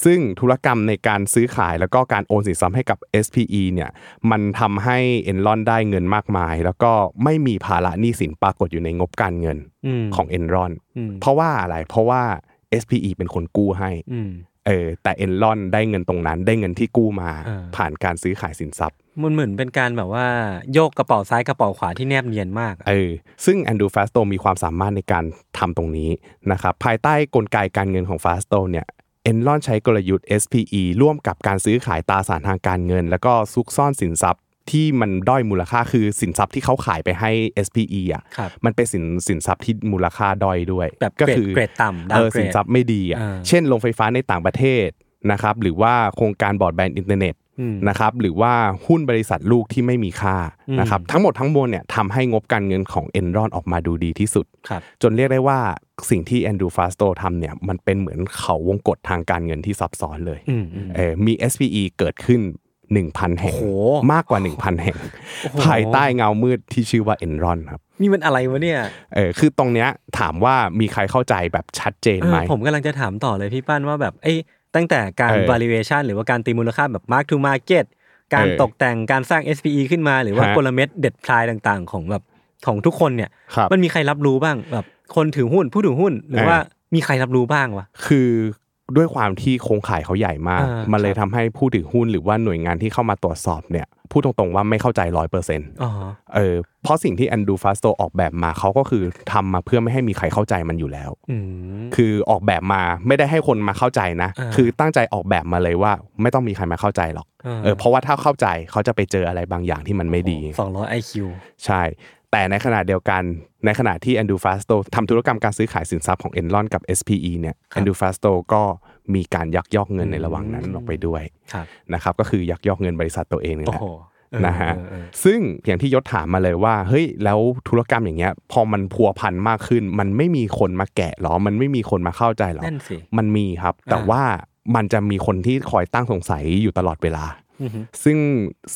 ซึ่งธุรกรรมในการซื้อขายแล้วก็การโอนสินทรัพย์ให้กับ SPE เนี่ย มันทำให้เอ็นลอนได้เงินมากมาย แล้วก็ไม่มีภาระหนี้สินปรากฏอยู่ในงบการเงิน
อืม
ของเอ็นรอน
อืม
เพราะว่าอะไร เพราะว่า SPE เป็นคนกู้ให้
อืม
เออ แต่เอ็นลอนได้เงินตรงนั้น ได้เงินที่กู้มา
อ่า
ผ่านการซื้อขายสินทรัพย์
มันเหมือนเป็นการแบบว่าโยกกระเป๋าซ้ายกระเป๋าขวาที่แนบเนียนมากอะ
เออซึ่งแอนดูฟาสโตมีความสามารถในการทำตรงนี้นะครับภายใต้กลไกการเงินของฟาสโตเนี่ยเอ็นลอนใช้กลยุทธ์ SPE ร่วมกับการซื้อขายตราสารทางการเงิน แล้วก็ซุกซ่อนสินทรัพย์ที่มันด้อยมูลค่าคือสินทรัพย์ที่เขาขายไปให้ SPE อ่ะ
ครับ
มันเป็นสินสินทรัพย์ที่มูลค่าด้อยด้วย
แบบ
ก็
เกรดเกรดต่ำ downgrade
เออสินทรัพย์ไม่ดีอ่ะ
อ่า
เช่นโรงไฟฟ้าในต่างประเทศนะครับหรือว่าโครงการบอร์ดแบนด์อินเทอร์เน็ต
อืม
นะครับหรือว่าหุ้นบริษัทลูกที่ไม่มีค่า
อืม
นะครับทั้งหมดทั้งมวลเนี่ยทำให้งบการเงินของ Enron ออกมาดูดีที่สุด
ครับ
จนเรียกได้ว่าสิ่งที่ Andrew Fasto ทำเนี่ยมันเป็นเหมือนเขาวงกฏทางการเงินที่ซับซ้อนเลย
อืมอืม
เออมี SPE เกิดขึ้น 1,000 แห่ง
โอ้โห
มากกว่า 1,000 แห่ง
โอ้โห
ภายใต้เงามืดที่ชื่อว่าเอนรอนครับ
นี่มันอะไรวะเนี่ย
เออคือตรงเนี้ยถามว่ามีใครเข้าใจแบบชัดเจน
เอ
ไหม
อผมกำลังจะถามต่อเลยพี่ปั้นว่าแบบเอ้ยตั้งแต่การ
เออ
valuation หรือว่าการตีมูลค่าแบบ mark to market การ
เออ
ตกแต่งการสร้าง SPE ขึ้นมา หรือว่า
ฮะ
กลเม็ดเด็ดพลายต่างๆ ของแบบของทุกคนเนี่ย
ครับ
มันมีใครรับรู้บ้างแบบคนถือหุ้นผู้ถือหุ้น หรือ
เออ
ว่ามีใครรับรู้บ้างวะ
คือด้วยความที่โครงข่ายเขาใหญ่มาก
อ่ามั
มันเลยทำให้ผู้ถือหุ้นหรือว่าหน่วยงานที่เข้ามาตรวจสอบเนี่ยพูดตรงๆว่าไม่เข้าใจร้อยเปอร์เซ็นต์
๋อ
เออเพราะสิ่งที่แอนดูฟาสโตออกแบบมาเขาก็คือทำมาเพื่อไม่ให้มีใครเข้าใจมันอยู่แล้ว
อืม
คือออกแบบมาไม่ได้ให้คนมาเข้าใจนะ
อ่า
คือตั้งใจออกแบบมาเลยว่าไม่ต้องมีใครมาเข้าใจหรอกเออเพราะว่าถ้าเข้าใจเขาจะไปเจออะไรบางอย่างที่มันไม่ดี
สองร้อยไอคิว
ใช่ แต่ในขณะเดียวกัน ในขณะที่ a n d r e w Fasto ทำธุรกรรมการซื้อขายสินทรัพย์ของ Enron กับ SPE เนี่ย a n d r e w Fasto ก็มีการยักยอกเงินในระหว่างนั้นออกไปด้วย
ครับ
นะครับ ก็คือยักยอกเงินบริษัทตัวเองนี่
โอ้
แหละ
โหเออ
นะฮะ
เออเออ
ซึ่งอย่างที่ยศถามมาเลยว่า เฮ้ย แล้วธุรกรรมอย่างเงี้ย พอมันพัวพันมากขึ้น มันไม่มีคนมาแกะหรอ มันไม่มีคนมาเข้าใจหรอ
นั่นสิ
มันมีครับ แต่ว่ามันจะมีคนที่คอยตั้งสงสัยอยู่ตลอดเวลา ซึ่ง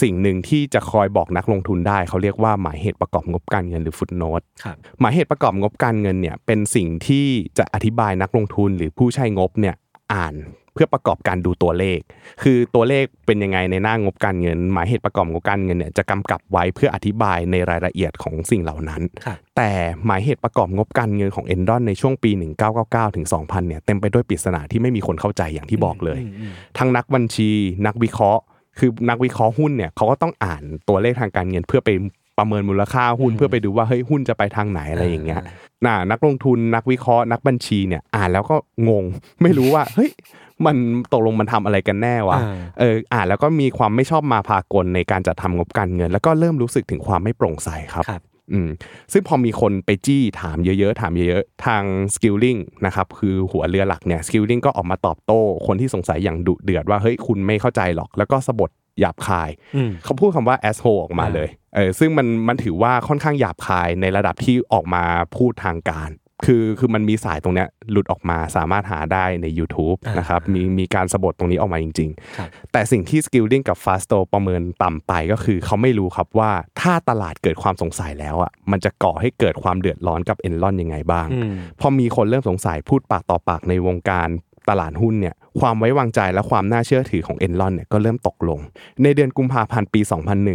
สิ่งหนึ่งที่จะคอยบอกนักลงทุนได้ เขาเรียกว่าหมายเหตุประกอบงบการเงินหรือฟุตโนต
ครับ
หมายเหตุประกอบงบการเงินเนี่ยเป็นสิ่งที่จะอธิบายนักลงทุนหรือผู้ใช้งบเนี่ยอ่านเพื่อประกอบการดูตัวเลข คือตัวเลขเป็นยังไงในหน้างบการเงิน หมายเหตุประกอบงบการเงินเนี่ยจะกำกับไว้เพื่ออธิบายในรายละเอียดของสิ่งเหล่านั้น
ครับ
แต่หมายเหตุประกอบงบการเงินของเอนดอนในช่วงปี 1999ถึง2000เนี่ยเต็มไปด้วยปริศนาที่ไม่มีคนเข้าใจอย่างที่บอกเลย
มอืม
ทั้งนักบัญชีนักวิเคราะห์ คือนักวิเคราะห์หุ้นเนี่ยเขาก็ต้องอ่านตัวเลขทางการเงินเพื่อไปประเมินมูลค่าหุ้นเพื่อไปดูว่าเฮ้ยหุ้นจะไปทางไหนอะไรอย่างเงี้ยน่ะนักลงทุนนักวิเคราะห์นักบัญชีเนี่ยอ่านแล้วก็งง ไม่รู้ว่าเฮ้ยมันตกลงมันทำอะไรกันแน่วะ
อ่า
เอออ่านแล้วก็มีความไม่ชอบมาพากลในการจัดทำงบการเงิน แล้วก็เริ่มรู้สึกถึงความไม่โปร่งใสครับ
ครับ
อืมซึ่งพอมีคนไปจี้ถามเยอะๆ ถามเยอะๆ ทางสกิลลิงนะครับคือหัวเรือหลักเนี่ยสกิลลิงก็ออกมาตอบโต้ คนที่สงสัยอย่างดุเดือดว่าเฮ้ยคุณไม่เข้าใจหรอก แล้วก็สะบดหยาบคาย
อืม
เขาพูดคำว่า asshole ออกมาเลยเออซึ่งมันมันถือว่าค่อนข้างหยาบคายในระดับที่ออกมาพูดทางการ คือคือมันมีสายตรงเนี้ยหลุดออกมาสามารถหาได้ใน YouTube
อ่าน
นะครับมีมีการสะบดตรงนี้ออกมาจริง
ครับ
ๆ แต่สิ่งที่ Skilling กับ Fasto ประเมินต่ำไปก็คือเขาไม่รู้ครับว่าถ้าตลาดเกิดความสงสัยแล้วอ่ะมันจะก่อให้เกิดความเดือดร้อนกับ Enron ยังไงบ้าง
อืม
พอมีคนเริ่มสงสัยพูดปากต่อปากในวงการตลาดหุ้นเนี่ยความไว้วางใจและความน่าเชื่อถือของเอ็นลอนเนี่ยก็เริ่มตกลง ในเดือนกุมภาพันธ์ปี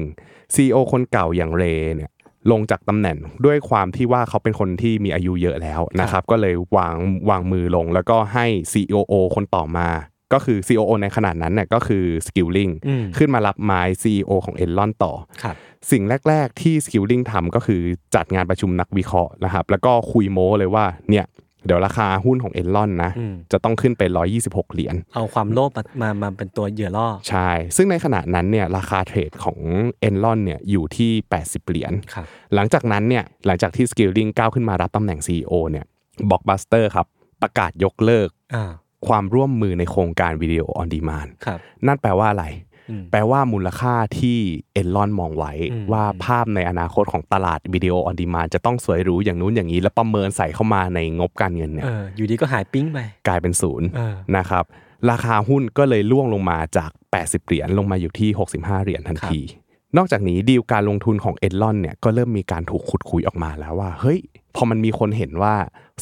2001 CEO คนเก่าอย่างเรย์เนี่ยลงจากตำแหน่งด้วยความที่ว่าเขาเป็นคนที่มีอายุเยอะแล้วนะครับก็เลยวางวางมือลงแล้วก็ให้ COO คนต่อมา ก็คือ COO ในขนาดนั้นเนี่ยก็คือ Skilling
อืม
ขึ้นมารับไม้ CEO ของเอ็นลอนต่อ
ครับ
สิ่งแรก ๆ ที่ Skilling ทำก็คือจัดงานประชุมนักวิเคราะห์นะครับ แล้วก็คุยโม้เลยว่าเนี่ยเดี๋ยวราคาหุ้นของเอ็นลอนนะ
อืม
จะต้องขึ้นเป็น 126 เหรียญ
เอาความโลภมามามาเป็นตัวเหยื่อล่อ
ใช่ ซึ่งในขณะนั้นเนี่ยราคาเทรดของเอ็นลอนเนี่ยอยู่ที่ 80 เหรียญ
ครับ
หลังจากนั้นเนี่ยหลังจากที่ Skilling ก้าวขึ้นมารับตำแหน่ง CEO เนี่ยบ็อกบัสเตอร์ครับ ประกาศยกเลิก
อ่า
ความร่วมมือในโครงการวิดีโอออนดีมาน
ครับ
นั่นแปลว่าอะไร
อืม
แปลว่ามูลค่าที่เอ็นลอนมองไว้
อืม
ว่าภาพในอนาคตของตลาดวิดีโอออนดีมานจะต้องสวยหรูอย่างนู้นอย่างนี้ แล้วประเมินใส่เข้ามาในงบการเงินเนี่ย
เออ อยู่ดีก็หายปิ๊งไป
กลายเป็นศูนย์
เออ
นะครับราคาหุ้นก็เลยล่วงลงมาจาก 80 เหรียญลงมาอยู่ที่ 65 เหรียญทันที นอกจากนี้ดีลการลงทุนของเอ็นลอนเนี่ยก็เริ่มมีการถูกขุดคุยออกมาแล้วว่าเฮ้ยพอมันมีคนเห็นว่า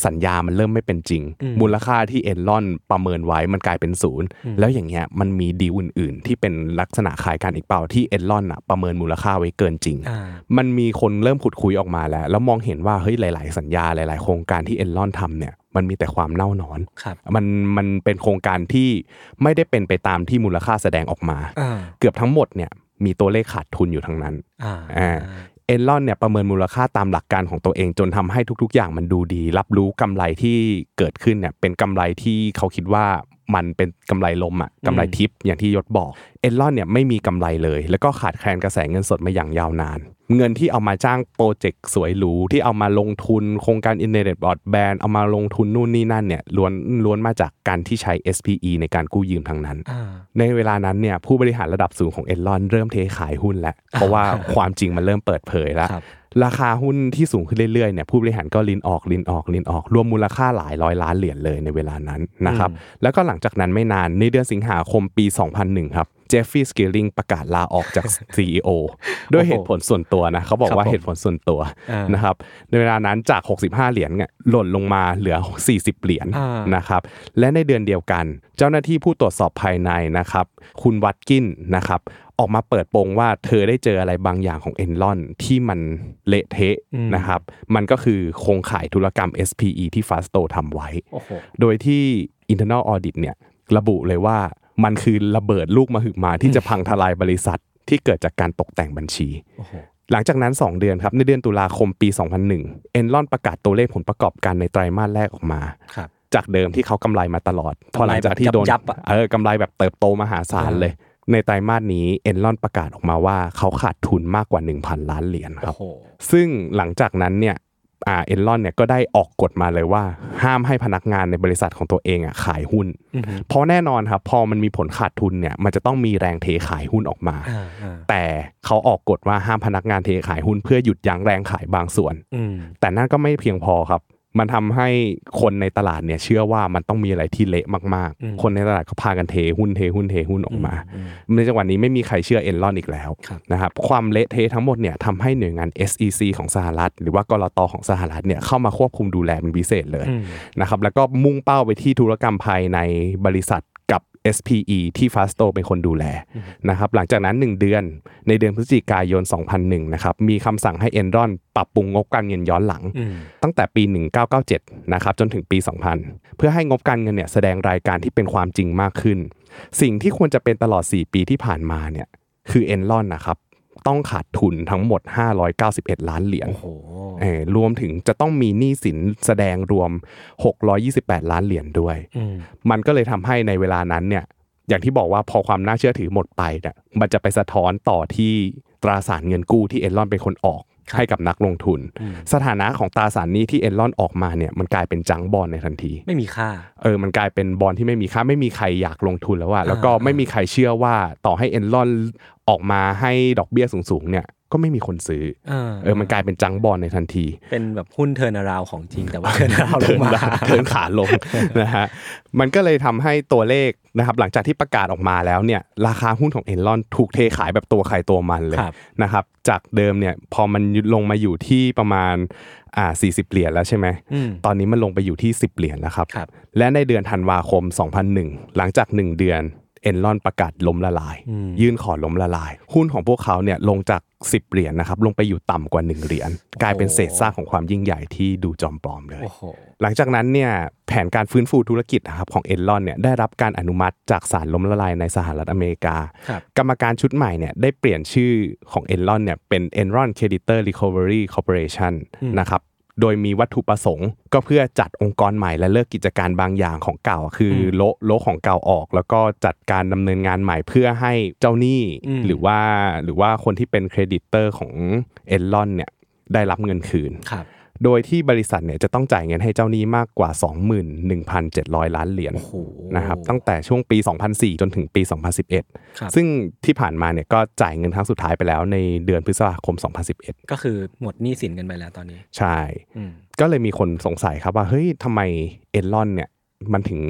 สัญญามันเริ่มไม่เป็นจริง มูลค่าที่เอ็นลอนประเมินไว้มันกลายเป็นศูนย์แล้วอย่างเงี้ยมันมีดีลอื่น ๆ ที่เป็นลักษณะคล้ายกันอีกเปล่าที่เอ็นลอนอะประเมินมูลค่าไว้เกินจริง
อ่า
มันมีคนเริ่มขุดคุยออกมาแล้ว แล้วมองเห็นว่าเฮ้ยหลาย ๆ สัญญาหลาย ๆ โครงการที่เอ็นลอนทำเนี่ยมันมีแต่ความเน่าหนอน
ครับ
มันมันเป็นโครงการที่ไม่ได้เป็นไปตามที่มูลค่าแสดงออกมา
อ่า
เกือบทั้งหมดเนี่ยมีตัวเลขขาดทุนอยู่ทั้งนั้น
อ่า
อ่า เอ็นลอนเนี่ยประเมินมูลค่าตามหลักการของตัวเองจนทำให้ทุก ๆ อย่างมันดูดี รับรู้กำไรที่เกิดขึ้นเนี่ยเป็นกำไรที่เขาคิดว่ามันเป็นกำไรลมอะกำไรทิปอย่างที่ยศบอกเอ็นลอนเนี่ยไม่มีกำไรเลย แล้วก็ขาดแคลนกระแสเงินสดมาอย่างยาวนาน เงินที่เอามาจ้างโปรเจกต์สวยหรูที่เอามาลงทุนโครงการอินเทอร์เน็ตบอดแบนเอามาลงทุนนู่นนี่นั่นเนี่ยล้วนล้วนมาจากการที่ใช้ SPE ในการกู้ยืมทั้งนั้น
อ่า
ในเวลานั้น เนี่ยผู้บริหารระดับสูงของเอ l ลอนเริ่มเทขายหุ้นแล้ว เพราะว่าความจริงมันเริ่มเปิดเผยแล้ว
ครับ
ราคาหุ้นที่สูงขึ้นเรื่อยๆเนี่ยผู้บริหารก็ลินออกลินออกลินออก รวมมูลค่าหลายร้อยล้านเหรียญเลยในเวลานั้นนะครับแล้วก็หลังจากนั้นไม่นานในเดือนสิงหาคมปี 2001 ครับเจฟฟี่สกิลลิงประกาศลาออก จาก CEO ด้วยเหตุผลส่วนตัวนะเขาบอก
ครับ
ว่า
ผม
เหตุผลส่วนตัว
อ่าน
นะครับในเวลานั้นจาก 65 เหรียญเนี่ยหล่นลงมาเหลือ 40 เหรียญ
อ่าน
นะครับและในเดือนเดียวกัน เจ้าหน้าที่ผู้ตรวจสอบภายในนะครับ คุณวัตกินนะครับออกมาเปิดโปงว่าเธอได้เจออะไรบางอย่างของเอนลอนที่มันเละเทะ
อืม
นะครับมันก็คือโครงข่ายธุรกรรม SPE ที่ฟาสโตทำไว้
โอ้โห
โดยที่ internal audit เนี่ยระบุเลยว่ามันคือระเบิดลูกมาหึมาที่จะพังทลายบริษัทที่เกิดจากการตกแต่งบัญชี
โอ้โห
หลังจากนั้น 2 เดือนครับ ในเดือนตุลาคมปี 2001 เอนลอนประกาศตัวเลขผลประกอบการในไตรมาสแรกออกมา
ครับ
จากเดิมที่เขากำไรมาตลอดพอหลังจากที่โดน
ยับๆอะ
เออกำไรแบบเติบโตมหาศาลเลย ในไตรมาสนี้เอนลอนประกาศออกมาว่าเขาขาดทุนมากกว่า 1,000 ล้านเหรียญค
โอ้
รับ
โห
ซึ่งหลังจากนั้นเนี่ยอ่าเอนลอนเนี่ยก็ได้ออกกฎมาเลยว่า ห้ามให้พนักงานในบริษัทของตัวเองอ่ะขายหุ้น
อือหือ
เพราะแน่นอนครับพอมันมีผลขาดทุนเนี่ยมันจะต้องมีแรงเทขายหุ้นออกมา
อ่าอ่า
แต่เขาออกกฎว่าห้ามพนักงานเทขายหุ้นเพื่อหยุดยั้งแรงขายบางส่วน
อืม
แต่นั่นก็ไม่เพียงพอครับ มันทำให้คนในตลาดเนี่ยเชื่อว่ามันต้องมีอะไรที่เละมาก
อืม
ๆ คนในตลาดก็พากันเทหุ้นเทหุ้นเทหุ้นออกมา
อืม
ในจังหวะนี้ไม่มีใครเชื่อเอนลอนอีกแล้ว
ครับ
นะครับ ความเละเทะทั้งหมดเนี่ยทำให้หน่วยงาน SEC ของสหรัฐ หรือว่ากรตของสหรัฐเนี่ยเข้ามาควบคุมดูแลเป็นพิเศษเลย
อืม
นะครับ แล้วก็มุ่งเป้าไปที่ธุรกรรมภายในบริษัทกับ SPE ที่ Fasto เป็นคนดูแลนะครับ หลังจากนั้น 1 เดือน ในเดือนพฤศจิกายน 2001 นะครับ มีคำสั่งให้เอนรอนปรับปรุงงบการเงินย้อนหลัง
อืม
ตั้งแต่ปี 1997 นะครับ จนถึงปี 2000 เพื่อให้งบการเงินเนี่ยแสดงรายการที่เป็นความจริงมากขึ้น สิ่งที่ควรจะเป็นตลอด 4 ปีที่ผ่านมาเนี่ย คือเอนลอนนะครับ ต้องขาดทุนทั้งหมด 591 ล้านเหรียญ
โอ้โห
เออรวมถึงจะต้องมีหนี้สินแสดงรวม 628 ล้านเหรียญด้วย
อืม
มันก็เลยทำให้ในเวลานั้นเนี่ย อย่างที่บอกว่าพอความน่าเชื่อถือหมดไปเนี่ยมันจะไปสะท้อนต่อที่ตราสารเงินกู้ที่เอนลอนเป็นคนออก ให้กับนักลงทุน สถานะของตราสารหนี้ที่เอนลอนออกมาเนี่ยมันกลายเป็นจังก์บอลในทันที
ไม่มีค่า
เออ มันกลายเป็นบอลที่ไม่มีค่าไม่มีใครอยากลงทุนแล้วอะแล้วก็
อ่า
ไม่มีใครเชื่อว่าต่อให้เอนลอนออกมาให้ดอกเบี้ยสูงๆเนี่ยก็ไม่มีคนซื้อ
เออ
เออมันกลายเป็นจังก์บอลในทันที
เป็นแบบหุ้นเทิร์นาราวของจริงแต่ว่าเทิร์นาราวลงมา
เทินขาลง นะฮะ มันก็เลยทำให้ตัวเลขนะครับหลังจากที่ประกาศออกมาแล้วเนี่ยราคาหุ้นของเอนลอนถูกเทขายแบบตัวใครตัวมันเลย
ครับ
นะครับจากเดิมเนี่ยพอมันลงมาอยู่ที่ประมาณอ่า40 เหรียญแล้วใช่ไหม
อืม
ตอนนี้มันลงไปอยู่ที่ 10 เหรียญแล้วครับ
ครับ
และในเดือนธันวาคม 2001 หลังจาก 1 เดือนเอนลอนประกาศล้มละลาย
อืม
ยื่นขอล้มละลาย หุ้นของพวกเขาเนี่ยลงจาก 10 เหรียญนะครับลงไปอยู่ต่ำกว่า 1 เหรียญกลายเป็นเศษซากของความยิ่งใหญ่ที่ดูจอมปลอมเลย
โอ้โห
หลังจากนั้นเนี่ยแผนการฟื้นฟูธุรกิจนะครับของเอนลอนเนี่ยได้รับการอนุมัติจากศาลล้มละลายในสหรัฐอเมริกา
ครับ
กรรมการชุดใหม่เนี่ยได้เปลี่ยนชื่อของเอนลอนเนี่ยเป็น Enron Creditor Recovery Corporation นะครับโดยมีวัตถุประสงค์ ก็เพื่อจัดองค์กรใหม่และเลิกกิจการบางอย่างของเก่า คืออโละโละของเก่าออก แล้วก็จัดการดำเนินงานใหม่เพื่อให้เจ้าหนี้หรือว่าหรือว่าคนที่เป็นเครดิตเตอร์ของเอนลอนเนี่ยได้รับเงินคืน
ครับ
โดยที่บริษัทเนี่ยจะต้องจ่ายเงินให้เจ้าหนี้มากกว่า 21,700 ล้านเหรียญ
โอ้โห
นะครับตั้งแต่ช่วงปี 2004 จนถึงปี
ครับ
2011 ซึ่งที่ผ่านมาเนี่ยก็จ่ายเงินครั้งสุดท้ายไปแล้วในเดือนพฤษภาคม 2011
ก็คือหมดหนี้สินกันไปแล้วตอนนี้
ใช่
อืม
ก็เลยมีคนสงสัยครับว่า เฮ้ยทำไมเอนลอนเนี่ยมันถึง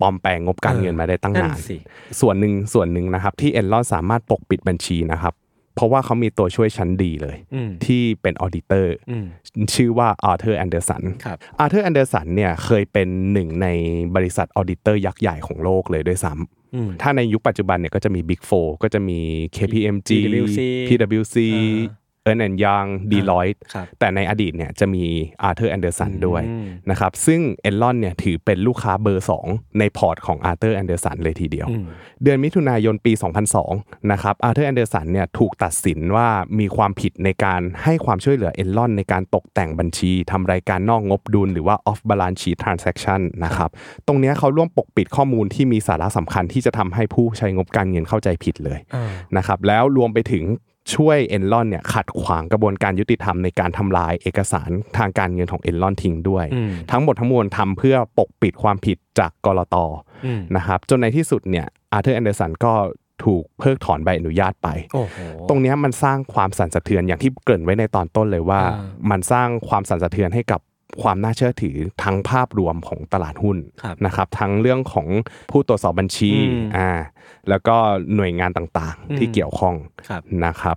ปลอมแปลงงบการเงินมาได้ตั้ง
นั่น
นาน
สิ
ส่วนหนึ่งส่วนหนึ่งนะครับที่เอนลอนสามารถปกปิดบัญชีนะครับเพราะว่าเขามีตัวช่วยชั้นดีเลย
อืม
ที่เป็นออดิเตอร์
อืม
ชื่อว่าอาร์เธอร์แอนเดอร์สัน
ครับ
อาร์เธอร์แอนเดอร์สันเนี่ยเคยเป็นหนึ่งในบริษัทออดิเตอร์ยักษ์ใหญ่ของโลกเลยด้วยซ้
อืม
ำถ้าในยุคปัจจุบันเนี่ยก็จะมี Big 4 ก็จะมี KPMG
PwC
PwC เอิร์นแอนยังดีลอยต์
ครับ
แต่ในอดีตเนี่ยจะมีอาร์เธอร์แอนเดอร์สันด้วย
อืม
นะครับซึ่งเอ l ลอนเนี่ยถือเป็นลูกค้าเบอร์ 2 ในพอร์ตของอาร์เธอร์แอนเดอร์สันเลยทีเดียว
อืม
เดือนมิถุนายนปี 2002 นะครับ อาร์เธอร์แอนเดอร์สันเนี่ยถูกตัดสินว่ามีความผิดในการให้ความช่วยเหลือเอนลอนในการตกแต่งบัญชีทำรายการนอกงบดุล หรือว่า off balance sheet transaction นะครับ ตรงเนี้ยเขาร่วมปกปิดข้อมูลที่มีสาระสำคัญที่จะทำให้ผู้ใช้งบการเงินเข้าใจผิดเลย
อ่า
นะครับแล้วรวมไปถึงช่วยเอนลอนเนี่ยขัดขวางกระบวนการยุติธรรมในการทำลายเอกสารทางการเงินของเอนลอนทิ้งด้วย
อืม
ทั้งหมดทั้งมวลทำเพื่อปกปิดความผิดจากกรต
อืม
นะครับจนในที่สุดเนี่ยอาร์เธอร์แอนเดอร์สันก็ ถูกเพิกถอนใบอนุญาตไป
โอ้โห
ตรงเนี้ยมันสร้างความสั่นสะเทือนอย่างที่เกริ่นไว้ในตอนต้นเลยว่า
อ่า
มันสร้างความสั่นสะเทือนให้กับความน่าเชื่อถือทั้งภาพรวมของตลาดหุ้น
ครับ
นะครับ ทั้งเรื่องของผู้ตรวจสอบบัญชี
อืม
อ่าแล้วก็หน่วยงานต่าง
อื
ๆ
ม
ที่เกี่ยวข้อง
ครับ
นะครับ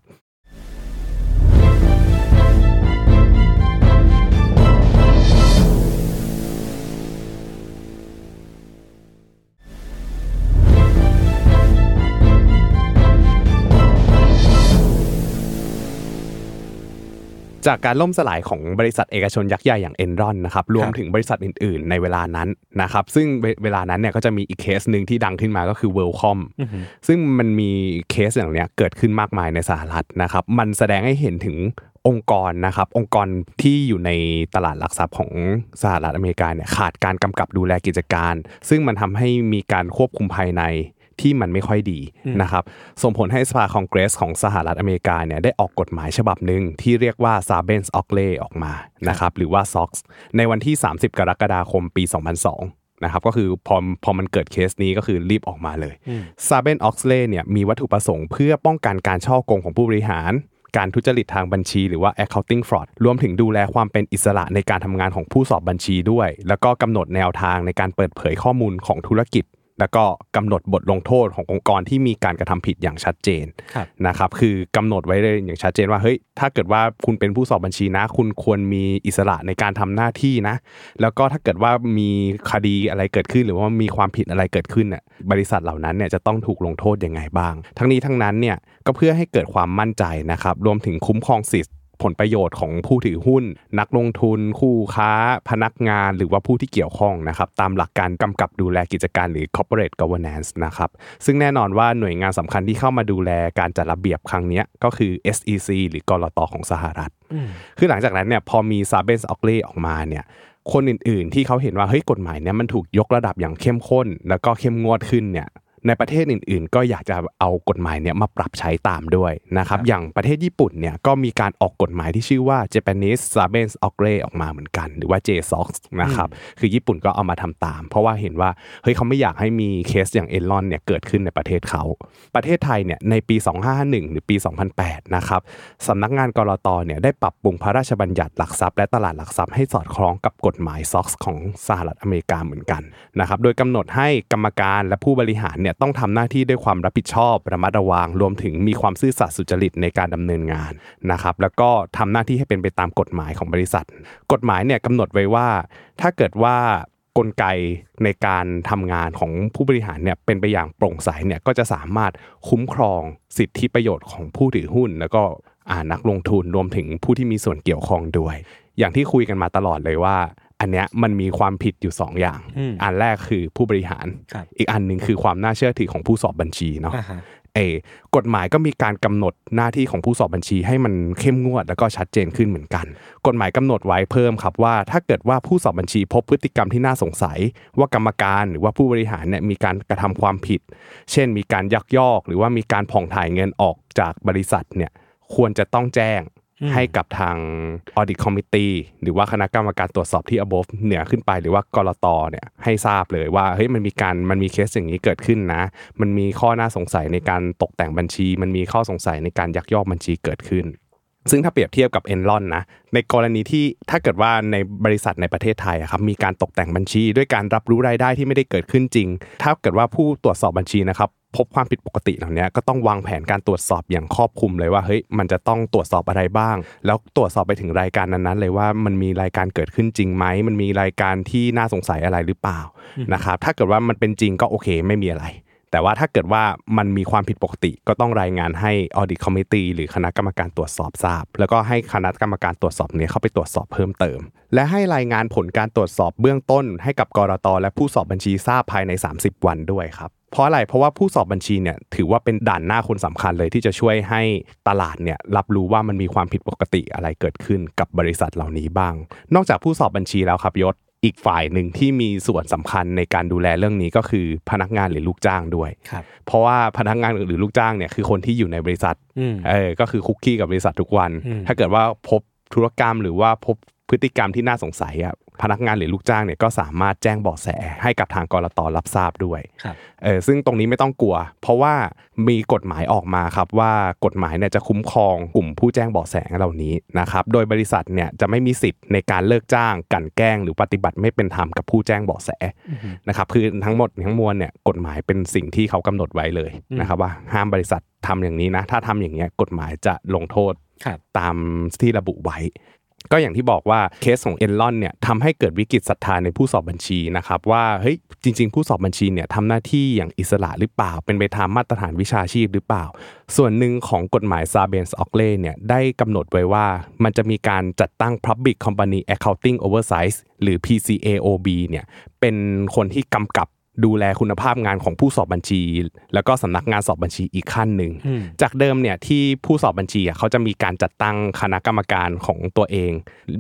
จากการล่มสลายของบริษัทเอกชนยักษ์ใหญ่อย่างเอ็นรอนนะครับรวมถึงบริษัทอื่น ๆ ในเวลานั้นนะครับซึ่งเวเวลานั้นเนี่ยก็จะมีอีกเคสหนึ่งที่ดังขึ้นมาก็คือเวลคอม
อือหือ
ซึ่งมันมีเคสอย่างเนี้ยเกิดขึ้นมากมายในสหรัฐนะครับมันแสดงให้เห็นถึงองค์กรนะครับองค์กรที่อยู่ในตลาดหลักทรัพย์ของสหรัฐอเมริกาเนี่ยขาดการกำกับดูแลกิจการ ซึ่งมันทำให้มีการควบคุมภายในที่มันไม่ค่อยดี
อืม
นะครับส่งผลให้สภาคองเกรสของสหรัฐอเมริกาเนี่ยได้ออกกฎหมายฉบับหนึ่งที่เรียกว่า s a b e n s o x l e y ออกมานะครับหรือว่า SOX ในวันที่ 30 กรกฎาคมปี 2002นะครับก็คือพอพอมันเกิดเคสนี้ก็คือรีบออกมาเลย
อืม
s a b e n o x l e y เนี่ยมีวัตถุประสงค์เพื่อป้องกันการช่อโกงของผู้บริหาร การทุจริตทางบัญชีหรือว่า accounting fraud รวมถึงดูแลความเป็นอิสระในการทำงานของผู้สอบบัญชีด้วย แล้วก็กำหนดแนวทางในการเปิดเผยข้อมูลของธุรกิจ แล้วก็กำหนดบทลงโทษขององค์กรที่มีการกระทำผิดอย่างชัดเจน
ครับ
นะครับคือกำหนดไว้เลยอย่างชัดเจนว่าเฮ้ยถ้าเกิดว่าคุณเป็นผู้สอบบัญชีนะ คุณควรมีอิสระในการทำหน้าที่นะ แล้วก็ถ้าเกิดว่ามีคดีอะไรเกิดขึ้น หรือว่ามีความผิดอะไรเกิดขึ้นน่ะบริษัทเหล่านั้นเนี่ยจะต้องถูกลงโทษยังไงบ้าง ทั้งนี้ทั้งนั้นเนี่ยก็เพื่อให้เกิดความมั่นใจนะครับรวมถึงคุ้มครองสิทธิผลประโยชน์ของผู้ถือหุ้น นักลงทุน คู่ค้า พนักงาน หรือว่าผู้ที่เกี่ยวข้องนะครับตามหลักการกำกับดูแลกิจการหรือ corporate governance นะครับ ซึ่งแน่นอนว่าหน่วยงานสำคัญที่เข้ามาดูแลการจัดระเบียบครั้งเนี้ยก็คือ SEC หรือกรอตอของสหรัฐ
อืม
คือหลังจากนั้นเนี่ยพอมีซาเบนส์ออกเลออกมาเนี่ยคนอื่นๆ ที่เขาเห็นว่าเฮ้ยกฎหมายเนี่ยมันถูกยกระดับอย่างเข้มข้น แล้วก็เข้มงวดขึ้นเนี่ยในประเทศอื่นๆ ก็อยากจะเอากฎหมายเนี่ยมาปรับใช้ตามด้วยนะครับ
ครับ
อย่างประเทศญี่ปุ่นเนี่ยก็มีการออกกฎหมายที่ชื่อว่า Japanese s a b e n s o g r e ออกมาเหมือนกัน หรือว่า JSOX นะครับคือญี่ปุ่นก็เอามาทำตาม เพราะว่าเห็นว่าเฮ้ยเขาไม่อยากให้มีเคสอย่างเอลอนเนี่ยเกิดขึ้นในประเทศเขา ประเทศไทยเนี่ยในปี 2551 หรือปี 2008 นะครับสำนักงานกรตเนี่ยได้ปรับปรุงพระราชบัญญัติหลักทรัพย์และตลาดหลักทรัพย์ให้สอดคล้องกับกฎหมายซ็อกของสหรัฐอเมริกาเหมือนกันนะครับโดยกำหนดให้กรรมการและผู้บริหารเนี่ยต้องทำหน้าที่ด้วยความรับผิดชอบ ระมัดระวังรวมถึงมีความซื่อสัตย์สุจริตในการดำเนินงานนะครับแล้วก็ทำหน้าที่ให้เป็นไปตามกฎหมายของบริษัท กฎหมายเนี่ยกำหนดไว้ว่า ถ้าเกิดว่ากลไกในการทำงานของผู้บริหารเนี่ยเป็นไปอย่างโปร่งใสเนี่ยก็จะสามารถคุ้มครองสิทธิประโยชน์ของผู้ถือหุ้น แล้วก็อ่านักลงทุนรวมถึงผู้ที่มีส่วนเกี่ยวข้องด้วย อย่างที่คุยกันมาตลอดเลยว่า อันเนี้ยมันมีความผิดอยู่สองอย่าง
อืม
นแรกคือผู้บริหาร
ครับ
อีกอันหนึ่งคือความน่าเชื่อถือของผู้สอบบัญชีเนาะ
อ่าฮะ
เอกฎหมายก็มีการกำหนดหน้าที่ของผู้สอบบัญชีให้มันเข้มงวดแล้วก็ชัดเจนขึ้นเหมือนกัน กฎหมายกำหนดไว้เพิ่มครับว่า ถ้าเกิดว่าผู้สอบบัญชีพบพฤติกรรมที่น่าสงสัย ว่ากรรมการหรือว่าผู้บริหารเนี่ยมีการกระทำความผิด เช่น มีการยักยอก หรือว่ามีการผ่องถ่ายเงินออกจากบริษัทเนี่ยควรจะต้องแจ้ง
อืม
ให้กับทาง audit committee หรือว่าคณะกรรมการตรวจสอบที่ above เหนือขึ้นไปหรือว่ากรตเนี่ยให้ทราบเลยว่าเฮ้ยมันมีการมันมีเคสอย่างนี้เกิดขึ้นนะ มันมีข้อน่าสงสัยในการตกแต่งบัญชี มันมีข้อสงสัยในการยักยอกบัญชีเกิดขึ้น ซึ่งถ้าเปรียบเทียบกับ Enron นะในกรณีที่ถ้าเกิดว่าในบริษัทในประเทศไทยอะครับมีการตกแต่งบัญชี ด้วยการรับรู้รายได้ที่ไม่ได้เกิดขึ้นจริง ถ้าเกิดว่าผู้ตรวจสอบบัญชีนะครับพบความผิดปกติเหล่านี้ก็ต้องวางแผนการตรวจสอบอย่างครอบคลุมเลยว่าเฮ้ยมันจะต้องตรวจสอบอะไรบ้าง แล้วตรวจสอบไปถึงรายการนั้นๆ เลยว่ามันมีรายการเกิดขึ้นจริงไหมมันมีรายการที่น่าสงสัยอะไรหรือเปล่านะครับถ้าเกิดว่ามันเป็นจริงก็โอเคไม่มีอะไร แต่ว่าถ้าเกิดว่ามันมีความผิดปกติก็ต้องรายงานให้ Audit Committee หรือคณะกรรมการตรวจสอบทราบ แล้วก็ให้คณะกรรมการตรวจสอบเนี่ยเข้าไปตรวจสอบเพิ่มเติม และให้รายงานผลการตรวจสอบเบื้องต้น ให้กับกรตและผู้สอบบัญชีทราบภายใน 30 วันด้วยครับ เพราะอะไรเพราะว่าผู้สอบบัญชีเนี่ยถือว่าเป็นด่านหน้าคนสำคัญเลยที่จะช่วยให้ตลาดเนี่ยรับรู้ว่ามันมีความผิดปกติอะไรเกิดขึ้นกับบริษัทเหล่านี้บ้าง นอกจากผู้สอบบัญชีแล้วครับยศ อีกฝ่ายหนึ่งที่มีส่วนสำคัญในการดูแลเรื่องนี้ก็คือพนักงานหรือลูกจ้างด้วย
ครับ
เพราะว่าพนักงานหรือลูกจ้างเนี่ยคือคนที่อยู่ในบริษัท
อืม
เออก็คือคุกกี้กับบริษัททุกวัน
อืม
ถ้าเกิดว่าพบธุรกรรมหรือว่าพบพฤติกรรมที่น่าสงสัยอะ พนักงานหรือลูกจ้างเนี่ยก็สามารถแจ้งเบาะแสให้กับทางกรตรับทราบด้วย
ครับ
เออซึ่งตรงนี้ไม่ต้องกลัว เพราะว่ามีกฎหมายออกมาครับว่ากฎหมายเนี่ยจะคุ้มครองกลุ่มผู้แจ้งเบาะแสเหล่านี้นะครับโดยบริษัทเนี่ยจะไม่มีสิทธิ์ในการเลิกจ้างกลันแกล้ง หรือปฏิบัติไม่เป็นธรรมกับผู้แจ้งเบาะแสนะครับคือทั้งหมดทั้งมวลเนี่ยกฎหมายเป็นสิ่งที่เขากำหนดไว้เลยนะครับว่าห้ามบริษัททำอย่างนี้นะถ้าทำอย่างเงี้ยกฎหมายจะลงโทษ
ครับ
ตามที่ระบุไว้ ก็อย่างที่บอกว่าเคสของเอ r ลอนเนี่ยทำให้เกิดวิกฤตศรัทธาในผู้สอบบัญชีนะครับว่าเฮ้ยจริง ๆ ผู้สอบบัญชีเนี่ยทำหน้าที่อย่างอิสระหรือเปล่า เป็นไปตามมาตรฐานวิชาชีพหรือเปล่า ส่วนหนึ่งของกฎหมายซาเบนส์ออกเลเนี่ยได้กำหนดไว้ว่ามันจะมีการจัดตั้ง Public Company Accounting Oversight หรือ PCAOB เนี่ยเป็นคนที่กำกับดูแลคุณภาพงานของผู้สอบบัญชี แล้วก็สำนักงานสอบบัญชีอีกขั้นหนึ่ง
อืม
จากเดิมเนี่ยที่ผู้สอบบัญชีอ่ะเขาจะมีการจัดตั้งคณะกรรมการของตัวเอง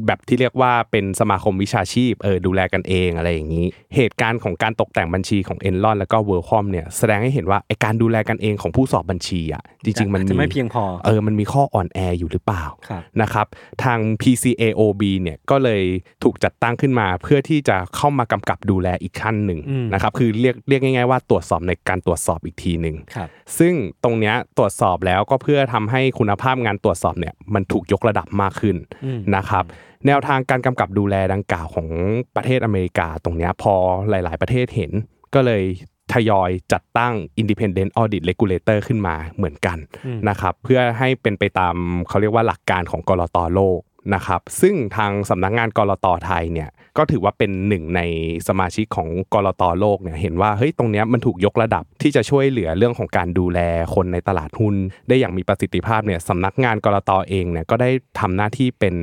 แบบที่เรียกว่าเป็นสมาคมวิชาชีพเออดูแลกันเองอะไรอย่างนี้ เหตุการณ์ของการตกแต่งบัญชีของเอ็นลอนแล้วก็เวิร์คอมเนี่ยแสดงให้เห็นว่าไอการดูแลกันเองของผู้สอบบัญชีอ่ะจริง ๆ มัน
อาจจะไม่เพียงพอ
เออมันมีข้ออ่อนแออยู่หรือเปล่า
ครับ
นะครับทาง PCAOB เนี่ยก็เลยถูกจัดตั้งขึ้นมาเพื่อที่จะเข้ามากำกับดูแลอีกขั้นหนึ่ง
อืม
นะครับคือเรียกเรียกง่ายๆว่าตรวจสอบในการตรวจสอบอีกทีหนึ่ง
ครับ
ซึ่งตรงเนี้ยตรวจสอบแล้วก็เพื่อทำให้คุณภาพงานตรวจสอบเนี่ยมันถูกยกระดับมากขึ้น
อืม
นะครับแนวทางการกำกับดูแลดังกล่าวของประเทศอเมริกาตรงเนี้ยพอหลาย ๆ ประเทศเห็น ก็เลยทยอยจัดตั้ง Independent Audit Regulator ขึ้นมาเหมือนกันนะครับเพื่อให้เป็นไปตามเขาเรียกว่าหลักการของกรตโลกนะครับซึ่งทางสำนักงานกรตไทยเนี่ยก็ถือว่าเป็นหนึ่งในสมาชิกของกรตโลกเนี่ยเห็นว่าเฮ้ยตรงเนี้ยมันถูกยกระดับที่จะช่วยเหลือเรื่องของการดูแลคนในตลาดหุ้น ได้อย่างมีประสิทธิภาพเนี่ยสำนักงานกรตเองเนี่ยก็ได้ทำหน้าที่เป็น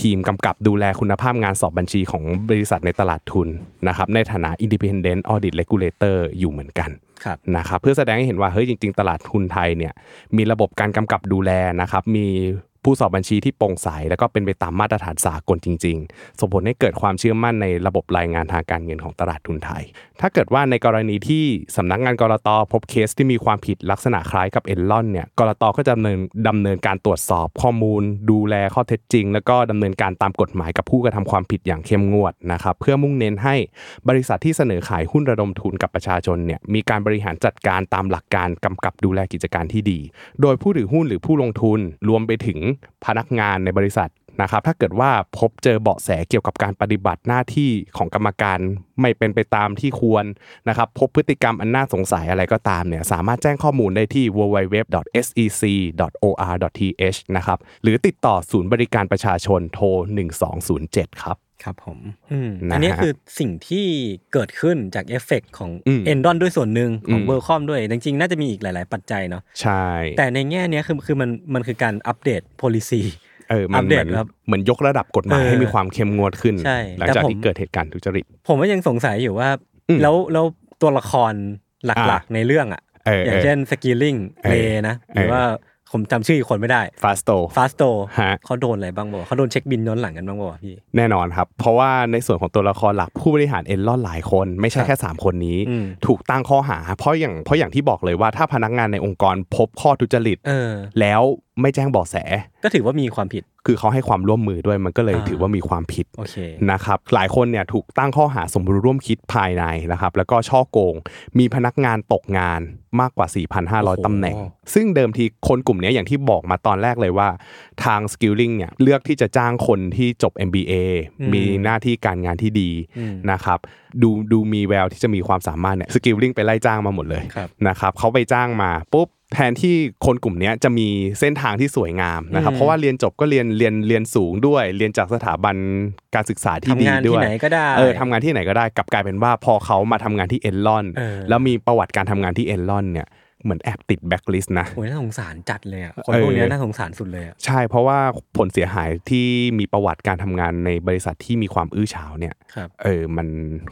ทีมกำกับดูแลคุณภาพงานสอบบัญชีของบริษัทในตลาดทุนนะครับในฐานะ Independent Audit Regulator อยู่เหมือนกัน
ครับ
นะครับเพื่อแสดงให้เห็นว่าเฮ้ยจริง ๆ ตลาดทุนไทยเนี่ยมีระบบการกำกับดูแลนะครับมีผู้สอบบัญชีที่โปร่งใสแล้วก็เป็นไปตามมาตรฐานสากลจริง ๆ ส่งผลให้เกิดความเชื่อมั่นในระบบรายงานทางการเงินของตลาดทุนไทย ถ้าเกิดว่าในกรณีที่สำนักงานกรตพบเคสที่มีความผิดลักษณะคล้ายกับเอ l ลอนเนี่ยกรตก็จะดำเนินดำเนินการตรวจสอบข้อมูล ดูแลข้อเท็จจริง แล้วก็ดำเนินการตามกฎหมายกับผู้กระทำความผิดอย่างเข้มงวดนะครับเพื่อมุ่งเน้นให้ บริษัทที่เสนอขายหุ้นระดมทุนกับประชาชนเนี่ยมีการบริหารจัดการตามหลักการกำกับดูแลกิจการที่ดี โดยผู้ถือหุ้นหรือผู้ลงทุนรวมไปถึงพนักงานในบริษัทนะครับถ้าเกิดว่าพบเจอเบาะแสเกี่ยวกับการปฏิบัติหน้าที่ของกรรมการไม่เป็นไปตามที่ควรนะครับพบพฤติกรรมอันน่าสงสัยอะไรก็ตามเนี่ยสามารถแจ้งข้อมูลได้ที่ www.sec.or.th นะครับหรือติดต่อศูนย์บริการประชาชนโทร 1207 ครับ
ครับผมอืม
นะฮะ
อันนี้คือสิ่งที่เกิดขึ้นจากเอฟเฟกต์ของ
อืม
เอนดอนด้วยส่วนหนึ่งของ
อืม
เบอร์คอมด้วย จริงๆ น่าจะมีอีกหลาย ๆ ปัจจัยเนาะ
ใช่
แต่ในแง่เนี้ยคือคือมันมันคือการอัปเดต policy
เออมัน
อัป
เห
เด
มื
ต
อน
ครับ
เหมือนยกระดับกฎหมาย
เออ
ให้มีความเข้มงวดขึ้น
ใช่
หลัง
แต่
จาก
ผม
ที่เกิดเหตุการณ์ทุจริต
ผมก็ยังสงสัยอยู่ว่า
อืม
แล้วแล้วตัวละครหลั
อ่ะ
ก ๆ ในเรื่องอ่ะ
เออ
อย่า
เอง อ
เช่นสกิลลิง
เออ
เลนะ หรือ
เออ
ว่าผมจำชื่ออีกคนไม่ได้
ฟาสโต
ฟาสโต
ฮะ
เขาโดนอะไรบ้างบ่เขาโดนเช็คบินย้อนหลังกันบ้างบ่พี่
แน่นอนครับ เพราะว่าในส่วนของตัวละครหลักผู้บริหารเอ็นลอนหลายคน ไม่ใช่
ครับ
แค่ 3 คนนี้
อืม
ถูกตั้งข้อหา เพราะอย่างเพราะอย่างที่บอกเลยว่าถ้าพนักงานในองค์กรพบข้อทุจริต
เออ
แล้วไม่แจ้งเบาะแส
ก็ถือว่ามีความผิด
คือเขาให้ความร่วมมือด้วยมันก็เลย
อ่า
ถือว่ามีความผิด
โอเค
นะครับหลายคนเนี่ยถูกตั้งข้อหาสมรู้ร่วมคิดภายในนะครับแล้วก็ช่อโกง มีพนักงานตกงานมากกว่า 4,500 ตำแหน่ง ซึ่งเดิมทีคนกลุ่มเนี้ยอย่างที่บอกมาตอนแรกเลยว่า ทาง Skilling เนี่ยเลือกที่จะจ้างคนที่จบ MBA
อืม
มีหน้าที่การงานที่ดี
อืม
นะครับดูดูมีแววที่จะมีความสามารถเนี่ย Skilling ไปไล่จ้างมาหมดเลย
ครับ
นะครับเขาไปจ้างมาปุ๊บแทนที่คนกลุ่มเนี้ยจะมีเส้นทางที่สวยงามนะครับ
อืม
เพราะว่าเรียนจบก็เรียนเรียนเรียนสูงด้วย เรียนจากสถาบันการศึกษาที่ดี
ทำงาน
ด้
ที่
วย
ไหนก็ได้
เออทำงานที่ไหนก็ได้กลับกลายเป็นว่าพอเขามาทำงานที่เอ็นลอน
เออ
แล้วมีประวัติการทำงานที่เอ็นลอนเนี่ยเหมือนแอบติดแบ็คลิสต์นะ
โอ้ยน่าสงสารจัดเลยอ่ะ คน
เออ
พวกเนี้ยน่าสงสารสุดเลยอ่ะ
ใช่เพราะว่าผลเสียหายที่มีประวัติการทำงานในบริษัทที่มีความอื้อฉาวเนี่ย
ครับ
เออมัน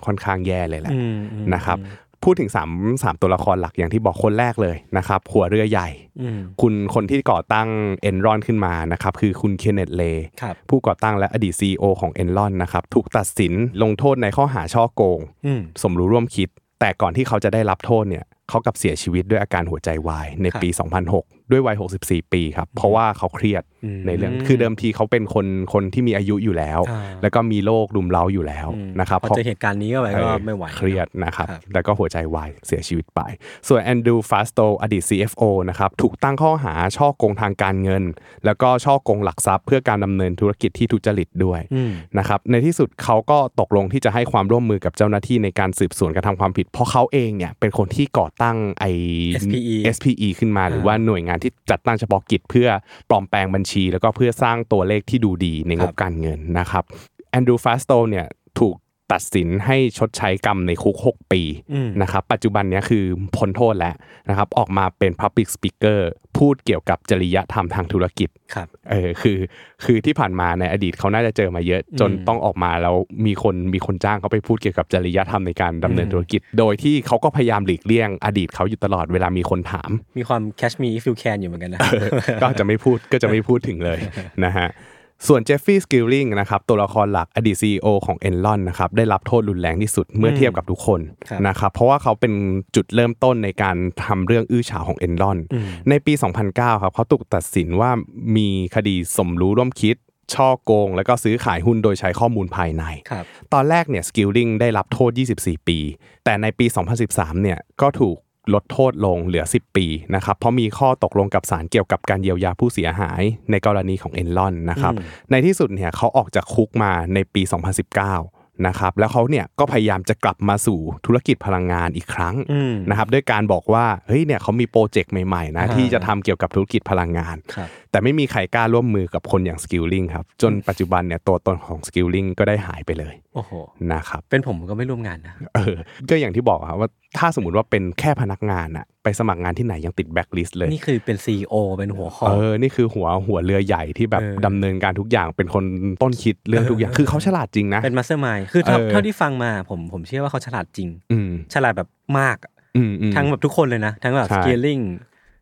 ค่อนข้างแย่เลยแหละ
อืมอืม
นะครับพูดถึง3ามสามตัวละครหลักอย่างที่บอกคนแรกเลยนะครับหัวเรือใหญ่
อืม
คุณคนที่ก่อตั้ง Enron ขึ้นมานะครับคือคุณเคนเนตเลย์
ครับ
ผู้ก่อตั้งและอดีต CEO ของ Enron นะครับถูกตัดสินลงโทษในข้อหาช่อโกง
อืม
สมรู้ร่วมคิด แต่ก่อนที่เขาจะได้รับโทษเนี่ยเขากลับเสียชีวิตด้วยอาการหัวใจวายในปี 2006 ด้วยวัย 64 ปีครับ เพราะว่าเขาเครียด
อืม
ในเรื่องคือเดิมทีเขาเป็นคนคนที่มีอายุอยู่แล้ว
อ่า
แล้วก็มีโรครุมเร้าอยู่แล้ว
อืม
นะครับ
พอเจอเหตุการณ์นี้เข้าไปก็ไม่ไหว
เครียดนะครับ
ครับ
แล้วก็หัวใจวายเสียชีวิตไป ส่วนแอนดรูฟาสโตอดีต CFO นะครับ ถูกตั้งข้อหาช่อโกงทางการเงิน แล้วก็ช่อโกงหลักทรัพย์เพื่อการดำเนินธุรกิจที่ทุจริตด้วย
อืม
นะครับ ในที่สุดเขาก็ตกลงที่จะให้ความร่วมมือกับเจ้าหน้าที่ในการสืบสวนการทำความผิด เพราะเขาเองเนี่ยเป็นคนที่ก่อตั้งไอ
SPE
SPE ขึ้นมาหรือว่าหน่วยงานที่จัดตั้งเฉพาะกิจเพื่อปลอมแปลงบัญชี แล้วก็เพื่อสร้างตัวเลขที่ดูดีในงบการเงินนะครับแอนดรูฟาสโตเนี่ยถูกตัดสินให้ชดใช้กรรมในคุก 6 ปี
อืม
นะครับปัจจุบันเนี้ยคือพ้นโทษแล้วนะครับออกมาเป็น Public Speaker พูดเกี่ยวกับจริยธรรมทางธุรกิจ
ครับ
เออคือคือที่ผ่านมาในอดีตเขาน่าจะเจอมาเยอะ จน
อืม
ต้องออกมาแล้วมีคนมีคนจ้างเขาไปพูดเกี่ยวกับจริยธรรมในการดำเนิน
อืม
ธุรกิจ โดยที่เขาก็พยายามหลีกเลี่ยงอดีตเขาอยู่ตลอดเวลามีคนถาม
มีความ catch me if you can อยู่เหมือนกันนะ
ก็จะไม่พูดก็จะไม่พูดถึงเลย นะฮะส่วนเจฟฟี่สกิลลิงนะครับตัวละครหลักอดีต CEO ของ Enron นะครับได้รับโทษรุนแรงที่สุดเมื่อเทียบกับทุกคน
ครับ
นะครับเพราะว่าเขาเป็นจุดเริ่มต้นในการทำเรื่องอื้อฉาวของ Enron
อืม
ในปี 2009 ครับเขาถูกตัดสินว่ามีคดีสมรู้ร่วมคิด ช่อโกง แล้วก็ซื้อขายหุ้นโดยใช้ข้อมูลภายใน
ครับ
ตอนแรกเนี่ยสกิลลิงได้รับโทษ 24 ปี แต่ในปี 2013 เนี่ยก็ถูกลดโทษลงเหลือ 10 ปีนะครับ เพราะมีข้อตกลงกับศาลเกี่ยวกับการเยียวยาผู้เสียหายในกรณีของเอนลอนนะครับ
อืม
ในที่สุดเนี่ยเขาออกจากคุกมาในปี 2019 นะครับ แล้วเขาเนี่ยก็พยายามจะกลับมาสู่ธุรกิจพลังงานอีกครั้ง
อืม
นะครับด้วยการบอกว่าเฮ้ยเนี่ยเขามีโปรเจกต์ใหม่ๆนะ
อ่า
ที่จะทำเกี่ยวกับธุรกิจพลังงาน
ครับ
แต่ไม่มีใครกล้าร่วมมือกับคนอย่างสกิลลิงครับจนปัจจุบันเนี่ยตัวตนของสกิลลิงก็ได้หายไปเลย
โอ้โห
นะครับ
เป็นผมผมก็ไม่ร่วมงานนะ
เออก็อย่างที่บอกครับว่าถ้าสมมติว่าเป็นแค่พนักงานอะไปสมัครงานที่ไหนยังติดแบ็คลิสต์เลย
นี่คือเป็น CEO เป็นหัวคอ
เออนี่คือหัวหัวเรือใหญ่ที่แบบ
เออ
ดำเนินการทุกอย่างเป็นคนต้นคิดเรื่องทุกอย่างคือเขาฉลาดจริงนะ
เป็นมาสเตอร์มายคือเท่า
เออ
เท่าที่ฟังมาผมผมเชื่อว่าเขาฉลาดจริง
อืม
ฉลาดแบบมากอะ
อืมอืม
ทั้งแบบทุกคนเลยนะ ทั้งแบบ
ใช่
สเกลลิง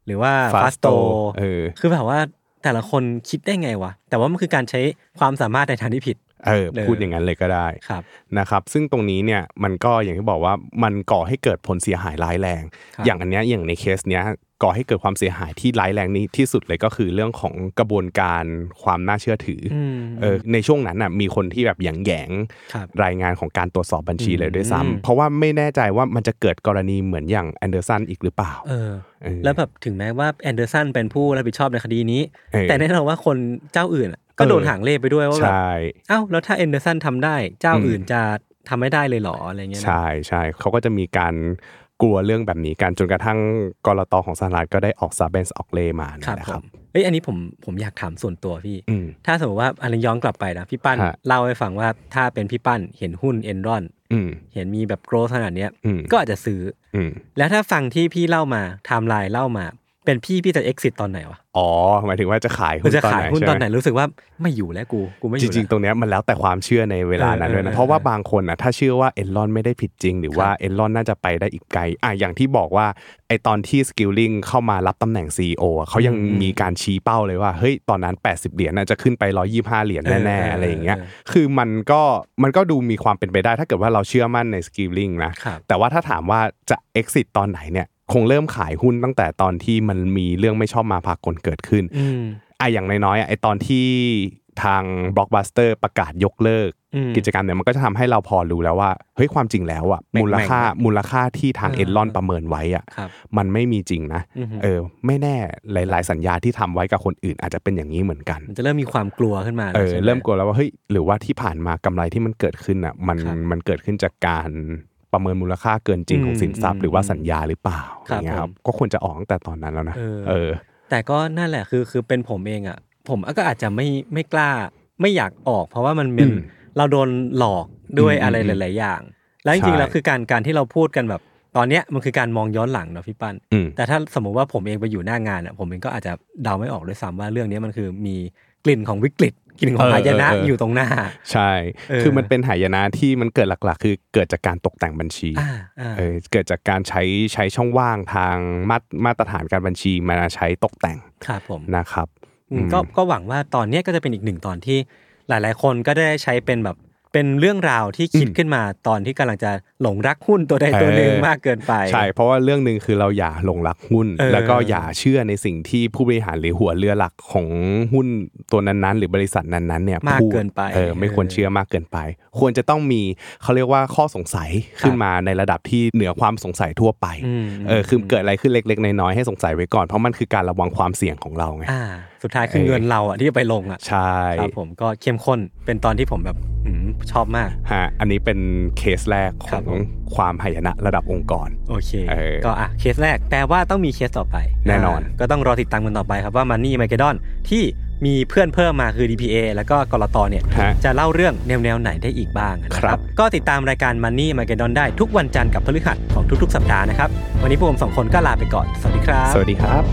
หรือว่าฟาสโต
Fasto เออ
คือแบบว่าแต่ละคนคิดได้ไงวะ แต่ว่ามันคือการใช้ความสามารถในทางที่ผิด
เออ
เออ
พูดอย่างนั้นเลยก็ได้
ครับ
นะครับซึ่งตรงนี้เนี่ยมันก็อย่างที่บอกว่ามันก่อให้เกิดผลเสียหายร้ายแรง
ครับ
อย่างอันเนี้ยอย่างในเคสเนี้ยก่อให้เกิดความเสียหายที่ร้ายแรงนี้ที่สุดเลยก็คือเรื่องของกระบวนการความน่าเชื่อถืออ
ม
เออในช่วงนั้นน่ะมีคนที่แบบหยงแหยง
ครับ
รายงานของการตรวจสอบบัญชีเลยด้วย
อืม
ซ้ำเพราะว่าไม่แน่ใจว่ามันจะเกิดกรณีเหมือนอย่างแอนเดอร์สันอีกหรือเปล่า
เออ
เออ
แล้วแบบถึงแม้ว่าแอนเดอร์สันเป็นผู้รับผิดชอบในคดีนี้
เออ
แต่แน่นอนว่าคนเจ้าอื่นอะก็
เออ
โดนหางเลขไปด้วยว่าแบบ
ใช่
เอ้าแล้วถ้าแอนเดอร์สันทำได้เจ้า
อืม
อื่นจะทำไม่ได้เลยเหรออะไรเงี้ยนะ
ใช่ใช่เขาก็จะมีการกลัวเรื่องแบบนี้กันจนกระทั่งกรตของสหรัฐก็ได้ออกซาเบนส์ออกเลมา
ครั
นะ
บ
นะ
ผ
ครับ
มเอ้ยอันนี้ผมผมอยากถามส่วนตัวพี่
อืม
ถ้าสมมติว่าอันนี้ย้อนกลับไปนะพี่ปั้น
ฮะ
เล่าให้ฟังว่าถ้าเป็นพี่ปั้นเห็นหุ้นเอ็นรอน
อืม
เห็นมีแบบโกรธขนาดเนี้ย
อืม
ก็อาจจะซื้อ
อืม
แล้วถ้าฟังที่พี่เล่ามาไทม์ไลน์เล่ามา เป็นพี่พี่จะ exit ตอนไหนวะ
อ๋อ หมายถึงว่าจะขาย
กู
หุ้น
จะ
ตอนไห
ขาย
น
หุ้นตอนไหน
ใช่ม
รู้สึกว่าไม่อยู่แล้วกูกูไม่อ
จ
ยู่
ริง ๆ ต
แล้ว
รงเนี้ยมันแล้วแต่ความเชื่อในเวลานั้นด้วย
เออเออเอ
นะ
อ
เพราะว่าบางคนอ่ะถ้าเชื่อว่าเอลลอนไม่ได้ผิดจริง หรือว่า
ครับ
เอลลอนน่าจะไปได้อีกไกลอ่ะอย่างที่บอกว่าไอตอนที่สกิลลิงเข้ามารับตำแหน่ง CEO อ่ะเขายัง
อืม
มีการชี้เป้าเลยว่า เฮ้ย ตอนนั้น 80 เหรียญน่าจะขึ้นไป 125 เหรียญ
เออเอ
แน่
อ
ๆ
เอออ
อะไรอย่างเงี้ย
เออ
คือมันก็มันก็ดูมีความเป็นไปได้ถ้าเกิดว่าเราเชื่อมั่นในสกิลลิงนะครับ แต่ว่าถ้าถามว่าจะ exit ตอนไหนเนี่ยคงเริ่มขายหุ้นตั้งแต่ตอนที่มันมีเรื่องไม่ชอบมาพากลเกิดขึ้น
อืม
อะอย่างน้อยๆอะไอตอนที่ทางบล็อกบัสเตอร์ประกาศยกเลิก
อืม
กิจกรรมเนี่ยมันก็จะทำให้เราพอรู้แล้วว่าเฮ้ยความจริงแล้วอ่ะ
แม่ง
มูลค่ามูลค่าที่ทาง
เออ
เอ็นลอนประเมินไว้อ่ะ
ครับ
มันไม่มีจริงนะ
อือฮึ
เออไม่แน่หลาย ๆ สัญญาที่ทำไว้กับคนอื่นอาจจะเป็นอย่างนี้เหมือนกัน
มันจะเริ่มมีความกลัวขึ้นมา
เออ
ใช่ไห
เริ่มกลัวแล้วว่าเฮ้ยหรือว่าที่ผ่านมากำไรที่มันเกิดขึ้นอ่ะมัน
ครับ
มันเกิดขึ้นจากการประเมินมูลค่าเกินจริงของสินทรัพ
อื
ย์
ม
หรือว่าสัญญาหรือเปล่าอ
ครับ
ย่างเงี้ยครับ
ผม
ก็ควรจะออกตั้งแต่ตอนนั้นแล้วนะ
เออ
เออ
แต่ก็นั่นแหละคือคือเป็นผมเองอ่ะ ผมก็อาจจะไม่ไม่กล้าไม่อยากออก เพราะว่ามันเป็น
อืม
เราโดนหลอกด้วย
อืม
อะไร
อืม
หลาย ๆ อย่าง แล้วจริง
ใช่
ๆแล้วคือการการที่เราพูดกันแบบ ตอนเนี้ยมันคือการมองย้อนหลังเนาะพี่ปั้น
อืม
แต่ถ้าสมมุติว่าผมเองไปอยู่หน้างานอ่ะผมเองก็อาจจะเดาไม่ออกด้วยซ้ำว่าเรื่องเนี้ยมันคือมีกลิ่นของวิกฤตกลิ่นของ
เออ
หายนะ
เออ
อ
อ
ยู่ตรงหน้า
ใช่
เออ
คือมันเป็นหายนะที่มันเกิดหลักๆ คือเกิดจากการตกแต่งบัญชี
อ่าอ่า
เออ เกิดจากการใช้ใช้ช่องว่างทางมาตรมาตรฐานการบัญชีมาใช้ตกแต่ง
ครับผม
นะครับ
อืมก็ก็หวังว่าตอนเนี้ยก็จะเป็นอีกหนึ่งตอนที่หลาย ๆ คนก็ได้ใช้เป็นแบบ เป็นเรื่องราวที่คิด
อืม
ขึ้นมาตอนที่กำลังจะหลงรักหุ้นตัวใดตัวหนึ่ง
เออ
มากเกินไป
ใช่ เพราะว่าเรื่องหนึ่งคือเราอย่าหลงรักหุ้น
เออ
แล้วก็อย่าเชื่อในสิ่งที่ผู้บริหารหรือหัวเรือหลักของหุ้นตัวนั้นๆ หรือบริษัทนั้นๆเนี่ย
มาก
พูด
เกินไป
เออไม่ควรเชื่อมากเกินไป ควรจะต้องมีเขาเรียกว่าข้อสงสัยขึ้นมาในระดับที่เหนือความสงสัยทั่วไป
ม
เออคือเกิดอะไรขึ้นเล็ก ๆ น้อยๆให้สงสัยไว้ก่อนเพราะมันคือการระวังความเสี่ยงของเราไง
อ่า สุดท้ายคือ
เออ
เงินเราอ่ะที่จะไปลงอ่ะ
ใช่
ครับผมก็เข้มข้นเป็นตอนที่ผมแบบอืมชอบมาก
ฮะอันนี้เป็นเคสแรกข
ครั
อบ ง
ผม
ความหายนะระดับองค์กร
โอเค
เออ
ก็อ่ะเคสแรกแปลว่าต้องมีเคสต่อไป
แน่นอน
าก็ต้องรอติดตามกันต่อไปครับว่ามันนี่ไมเกดอนที่มีเพื่อนเพิ่มมาคือ DPA แล้วก็กรตเนี่ย
ฮะ
จะเล่าเรื่องแนว ๆ ไหนได้อีกบ้างนะค
ครั
รับ
บ
ก็ติดตามรายการ Money m a g e d o n ได้ทุกวันจันทร์กับพฤหัสของทุก ๆ สัปดาห์นะครับ วันนี้พวกผมสองคนก็ลาไปก่อน สวัสดีครับ
สวัสดีครับ